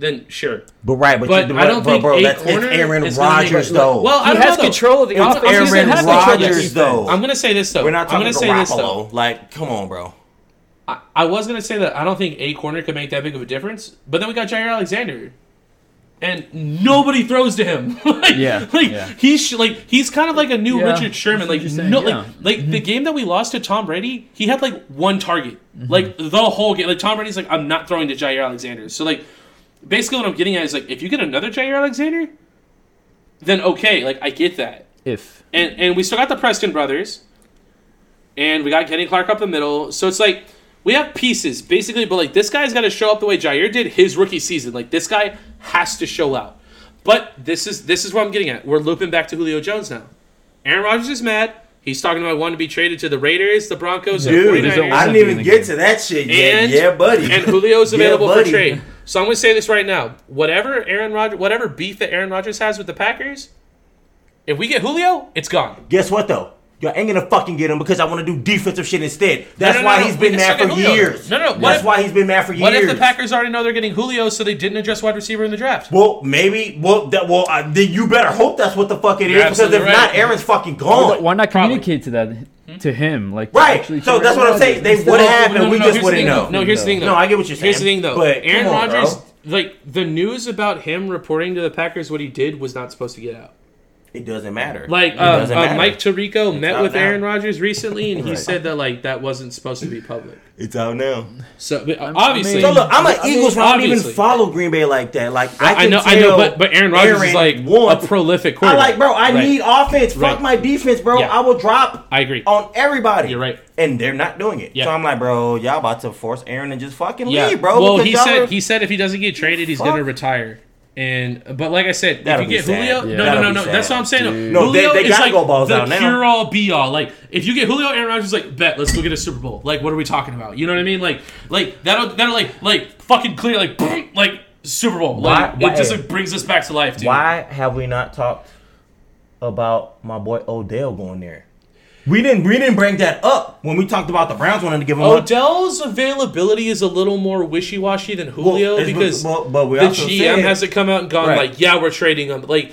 then sure. but right, but, But you, I don't bro, think bro, a that's it's corner Aaron is gonna make- Rodgers though. Well, I He don't has know, though. control of the it's offense. I was gonna say, Aaron has control of the Rodgers defense. though. I'm gonna say this though. We're not I'm talking gonna say this though. Garoppolo. Like, come on, bro. I, I was gonna say that I don't think a corner could make that big of a difference, but then we got Jair Alexander, and nobody throws to him. like, Yeah, like yeah. he's like he's kind of like a new Yeah, Richard Sherman. that's what Like you're saying, no, yeah. Mm-hmm. like like the game that we lost to Tom Brady, he had like one target, Mm-hmm. like the whole game. Like Tom Brady's like, I'm not throwing to Jair Alexander. So like, basically, what I'm getting at is like, if you get another Jair Alexander, then okay, like I get that If and and we still got the Preston brothers, and we got Kenny Clark up the middle. So it's like we have pieces basically, but like this guy's got to show up the way Jair did his rookie season. Like this guy has to show out. But this is this is what I'm getting at. We're looping back to Julio Jones now. Aaron Rodgers is mad. He's talking about wanting to be traded to the Raiders, the Broncos, Dude, the 49ers. I didn't even get to that shit yet. And- yeah, buddy. and Julio's Yeah, available for buddy. trade. So I'm going to say this right now: whatever Aaron Rodgers, whatever beef that Aaron Rodgers has with the Packers, if we get Julio, it's gone. Guess what though? Y'all ain't gonna fucking get him because I want to do defensive shit instead. That's no, why no, he's we been can mad still for get Julio. years. No, no, what That's if- why he's been mad for years. What if the Packers already know they're getting Julio, so they didn't address wide receiver in the draft? Well, maybe. Well, that. Well, uh, then you better hope that's what the fuck it is You're because if absolutely not, right. Aaron's fucking why gone. why not Probably. Hmm? communicate to that to him? Like to Right. actually So to that's Aaron what I'm saying. Rodgers They instead would of- have, no, and we just here's the wouldn't thing, know. though. No, here's the thing, though. No, I get what you're saying. Here's the thing, though. But Aaron come on, bro. Rodgers, like the news about him reporting to the Packers what he did was not supposed to get out. It doesn't matter. Like It uh, uh, doesn't matter. Mike Tirico met out with now. Aaron Rodgers recently, and he said that like that wasn't supposed to be public. It's out now. So but, uh, obviously, So look, I'm an I mean, Eagles. fan. I don't even obviously. follow Green Bay like that. Like I, I can know, tell I know, but but Aaron Rodgers is like Aaron wants- a prolific I quarterback. like, bro. I Right. need offense. Fuck Right. my defense, bro. Yeah. I will drop. I agree. on everybody. You're right. And they're not doing it. Yeah. So I'm like, bro, y'all about to force Aaron to just fucking leave, bro. Well, because he y'all said are- he said if he doesn't get traded, he's Fuck. gonna retire. And but like I said, That'll if you get be sad. Julio, Yeah. no, That'll no, no, be no, sad. that's what I'm saying. No, they- Julio they is gotta like go balls the out now. cure all be all. Like if you get Julio, Aaron Rodgers, is like bet, let's go get a Super Bowl. Like what are we talking about? You know what I mean? Like like that'll that'll like like fucking clear like boom, like Super Bowl. Like Why- it just why- like, brings us back to life, dude. Why have we not talked about my boy Odell going there? We didn't we didn't bring that up when we talked about the Browns wanting to give him up. Odell's availability is a little more wishy washy than Julio Well, it's- because well, but we the also GM said- hasn't come out and gone Right. like, yeah, we're trading him. Like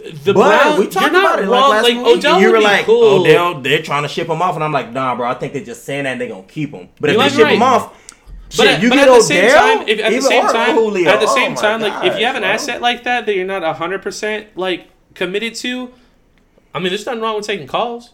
th- the But Browns, we talked you're not about it wrong. like last Like, week. Odell you would were be like, cool. Odell, they're trying to ship him off, and I'm like, nah, bro. I think they're just saying that they're gonna keep him. But if You they might be ship him right. off, shit, But, at- you but get at the Odell. same time, if, at the even same or time, Julio. at the Oh same my time, like if you have an gosh, bro. asset like that that you're not hundred percent like committed to, I mean, there's nothing wrong with taking calls.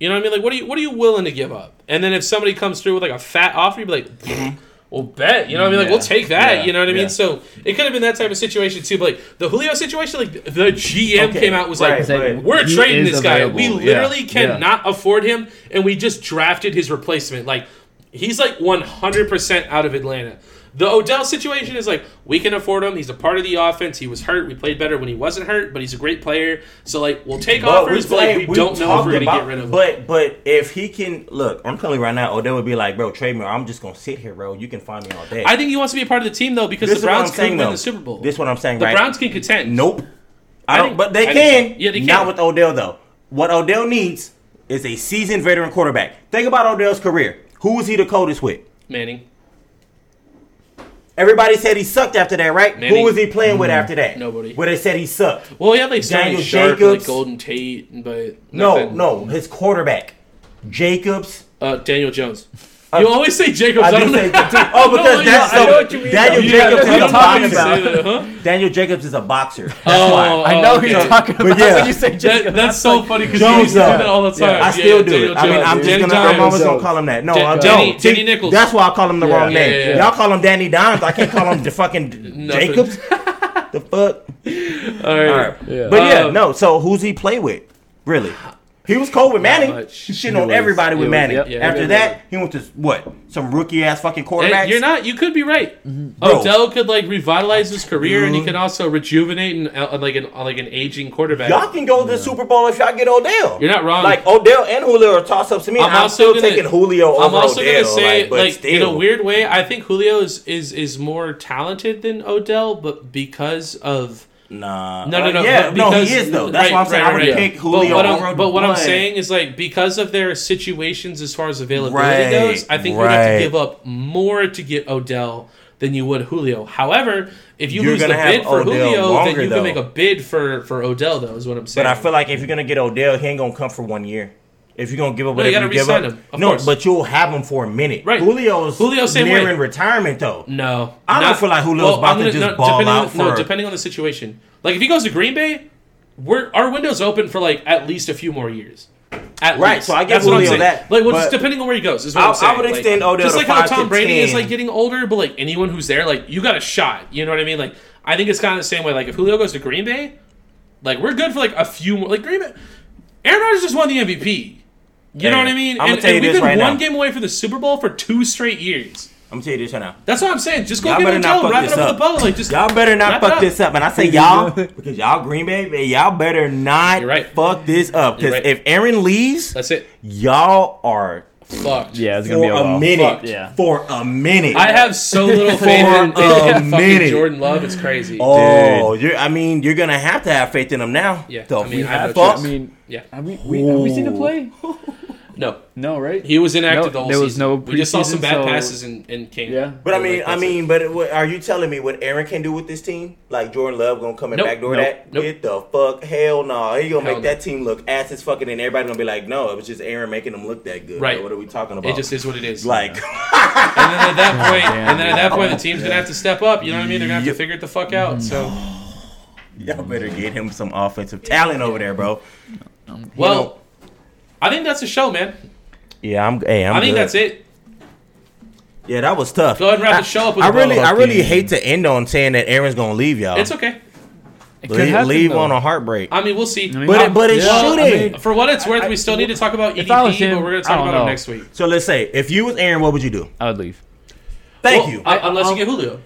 You know what I mean? Like, what are you what are you willing to give up? And then if somebody comes through with like a fat offer, you'd be like, Mm-hmm. "We'll bet." You know what I mean? Like, we'll take that. Yeah. You know what I mean? Yeah. So it could have been that type of situation too. But like the Julio situation, like the GM Okay. came out and was Right, like, Said, we're "He trading is this guy. available." We Yeah, literally yeah. cannot afford him, and we just drafted his replacement. Like he's like 100% out of Atlanta. The Odell situation is like we can afford him. He's a part of the offense. He was hurt. We played better when he wasn't hurt, but he's a great player. So like we'll take But offers, but played- like we, don't know if talked we're gonna about- get rid of him. But but if he can look, I'm telling you right now, Odell would be like, bro, trade me. or I'm just gonna sit here, bro. You can find me all day. I think he wants to be a part of the team though because This the is what Browns I'm can saying, win though. the Super Bowl. This is what I'm saying, The right? Browns can contend. Nope. I I don't. think- but they I can. think so. Yeah, they Not can. with Odell though. What Odell needs is a seasoned veteran quarterback. Think about Odell's career. Who was he the coldest with? Manning, Everybody said he sucked after that, right? Who Manning. was he playing with after that? Mm-hmm. Nobody. Where they said he sucked. Well, yeah, they signed Daniel Sharp, and, like Jacobs. Golden Tate, but No, nothing. no, his quarterback, Jacobs. uh, Daniel Jones. You always say Jacobs. I, Uh, I do don't know. say oh, because I that's know- I know so- what you mean, Daniel though. Jacobs Yeah, I is a know what you boxer. mean, say that, huh? Daniel Jacobs is a boxer. That's Oh, why. I know who okay. you're talking about But yeah. when you say Jacob. That, that's so funny because Jones you used to do up. that all the time. I still do it. Daniel I mean, Jones. I'm just Danny gonna. Dimes. I'm almost gonna call him that. No, Dan- I don't. Danny- See, Danny Nichols. That's why I call him the wrong yeah, name. yeah, yeah. Y'all call him Danny Dimes. I can't call him the fucking Nothing. Jacobs. the fuck. All right. All right. But yeah, Um, no. So who's he play with? Really? He was cold with Manning. much. He shitting He on was. everybody He with was, Manning. yep. Yeah, After he was. that, he went to what? Some rookie ass fucking quarterbacks. Hey, you're not. You could be right. Mm-hmm. Bro. Mm-hmm. Odell could like revitalize his career, and he could also rejuvenate and uh, like an uh, like an aging quarterback. Y'all can go to the Super Bowl if y'all get Odell. You're not wrong. Like Odell and Julio are toss ups to me. and I'm I'm, also still gonna- taking Julio over I'm also Odell. gonna say like, like, but in still. a weird way, I think Julio is is is more talented than Odell, but because of Nah. No, no, no. Uh, Yeah, but no, because- he is though. That's right, why I'm saying right, I would right. pick Julio. But what, over I'm, but what I'm Bud. saying is like because of their situations as far as availability Right, goes, I think you'd have right. to give up more to get Odell than you would Julio. However, if you You're lose the gonna have bid for Odell Julio, longer, then you though. can make a bid for for Odell. Though is what I'm saying. But I feel like if you're gonna get Odell, he ain't gonna come for one year. If you're gonna give up No, you whatever gotta you, give up, re-sign him, of no, course. but you'll have him for a minute. Right. Julio's Julio, same way. Mm. nearing retirement though. no, I don't feel like Julio's about I'm to just ball depending out on, no, for- depending on the situation. Like if he goes to Green Bay, we're our window's open for like at least a few more years. At Right, least. so I give That's what I'm Julio saying. that, Like, well, just but- depending on where he goes, is what I- I, am saying. I would Like, extend Odell Just to like how five to Tom Brady is 10. like getting older, but like anyone who's there, like you got a shot. You know what I mean? Like I think it's kind of the same way. Like if Julio goes to Green Bay, like we're good for like a few more. Like Green Bay, Aaron Rodgers just won the MVP. You know Hey, what I mean? I'ma and tell you and we've this been right one now. game away for the Super Bowl for two straight years. I'm gonna tell you this right now. That's what I'm saying. Just go Y'all get better an not hotel, fuck wrap it this up, up. with a bow. Like just Y'all better not wrap it fuck this up. And I say y'all because y'all Green Bay, man, y'all better not You're right. fuck this up. You're Because right. if Aaron leaves, That's it. y'all are Fucked. yeah, it's for gonna be a, a, while. minute. Fuck, yeah. For a minute. I have so little For faith in, in a fucking minute. Jordan Love. It's crazy. Oh, you're, I mean, you're gonna have to have faith in him now. Yeah, The I mean, I have no fuck? I mean, Yeah. have we, we have we seen him play? No, No, right? he was inactive No, the whole there was season. no we just saw some preseason, bad so- passes in in King. yeah. But I mean, I mean, but what, are you telling me what Aaron can do with this team? Like Jordan Love gonna come and Nope, backdoor nope, that? nope. Get the fuck hell no! He gonna Hell make that team look ass as fucking, and everybody gonna be like, no, it was just Aaron making them look that good. Right. Like, what are we talking about? it just is what it is. like and then at that point, Oh, Damn, and then at that dude. point, the team's gonna have to step up. You know what I mean? They're gonna have to Yep. figure it the fuck out. So, y'all better get him some offensive talent over there, bro. well, I think that's a show, man. Yeah, I'm. Hey, I'm I think good. that's it. Yeah, that was tough. Go ahead and wrap the show up with I a bow. really, I really hate to end on saying that Aaron's gonna leave y'all. It's okay. It could leave, happen, leave though. on a heartbreak. I mean, we'll see. but it, but it Yeah, I shouldn't. mean- For what it's worth, we still need to talk about EDP, If I but was him, we're gonna talk I don't about it know. next week. So let's say if you was Aaron, what would you do? I would leave. Thank Well, you. uh, unless you get Julio.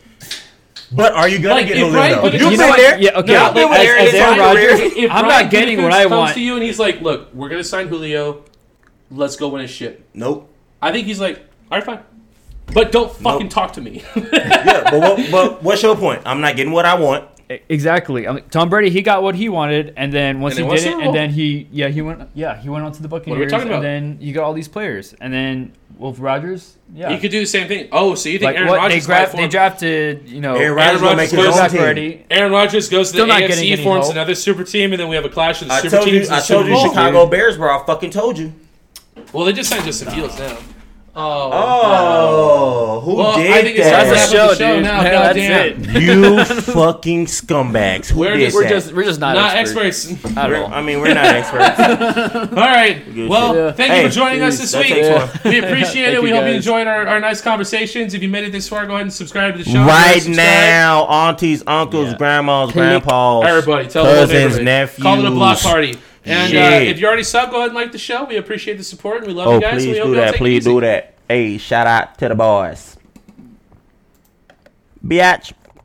But are you gonna Like, get if Olivia? Brian though? Pickens- You've You been know what? there. Yeah, okay. I've been As- there. as It's Aaron fine. Rodgers, if I'm Brian not getting what Pickens I Comes want. to you and he's like, "Look, we're gonna sign Julio. Let's go win a ship." Nope. I think he's like, "All right, fine, but don't fucking talk to me." yeah, but what, but what's your point? I'm not getting what I want. Exactly. I mean, Tom Brady, he got what he wanted, and then once And they he won did Super it, Bowl. and then he, yeah, he went, yeah, he went on to the Buccaneers, talking about? and then you got all these players, and then Wolf Rogers, yeah, He could do the same thing. Oh, so you think Like, Aaron what- Rodgers they, might draft, they form- drafted, you know, Oh, Aaron Rodgers gonna make his goes own back team. already. Aaron Rodgers goes to Still the not getting AFC, any forms help. another super team, and then we have a clash of the I super told you, teams. in I the told Super you, Bowl. Chicago Bears, bro. I fucking told you. Well, they just signed Justin Fields now. Oh, Oh, who Well, I did think it's that? time to That's a wrap up the show, show dude. now, Yeah, that's goddamn. it. You fucking scumbags. Who We're did just- that? we're just- we're just not Not experts. experts. At We're- all. I mean, we're not experts. All right. Good Well, shit. thank Hey, you for joining us peace. this That week. takes one. We appreciate Thank it. We you, hope you guys. enjoyed our, our nice conversations. If you made it this far, go ahead and subscribe to the show. right Subscribe. now, aunties, uncles, grandmas, grandpas, Everybody, tell the whole cousins, neighborhood. nephews. Call it a block party. And uh, Shit. if you already sub, go ahead and like the show. We appreciate the support and we love oh, you guys. and please we hope do y'all that. take it Please easy. do that. Hey, shout out to the boys. Biatch.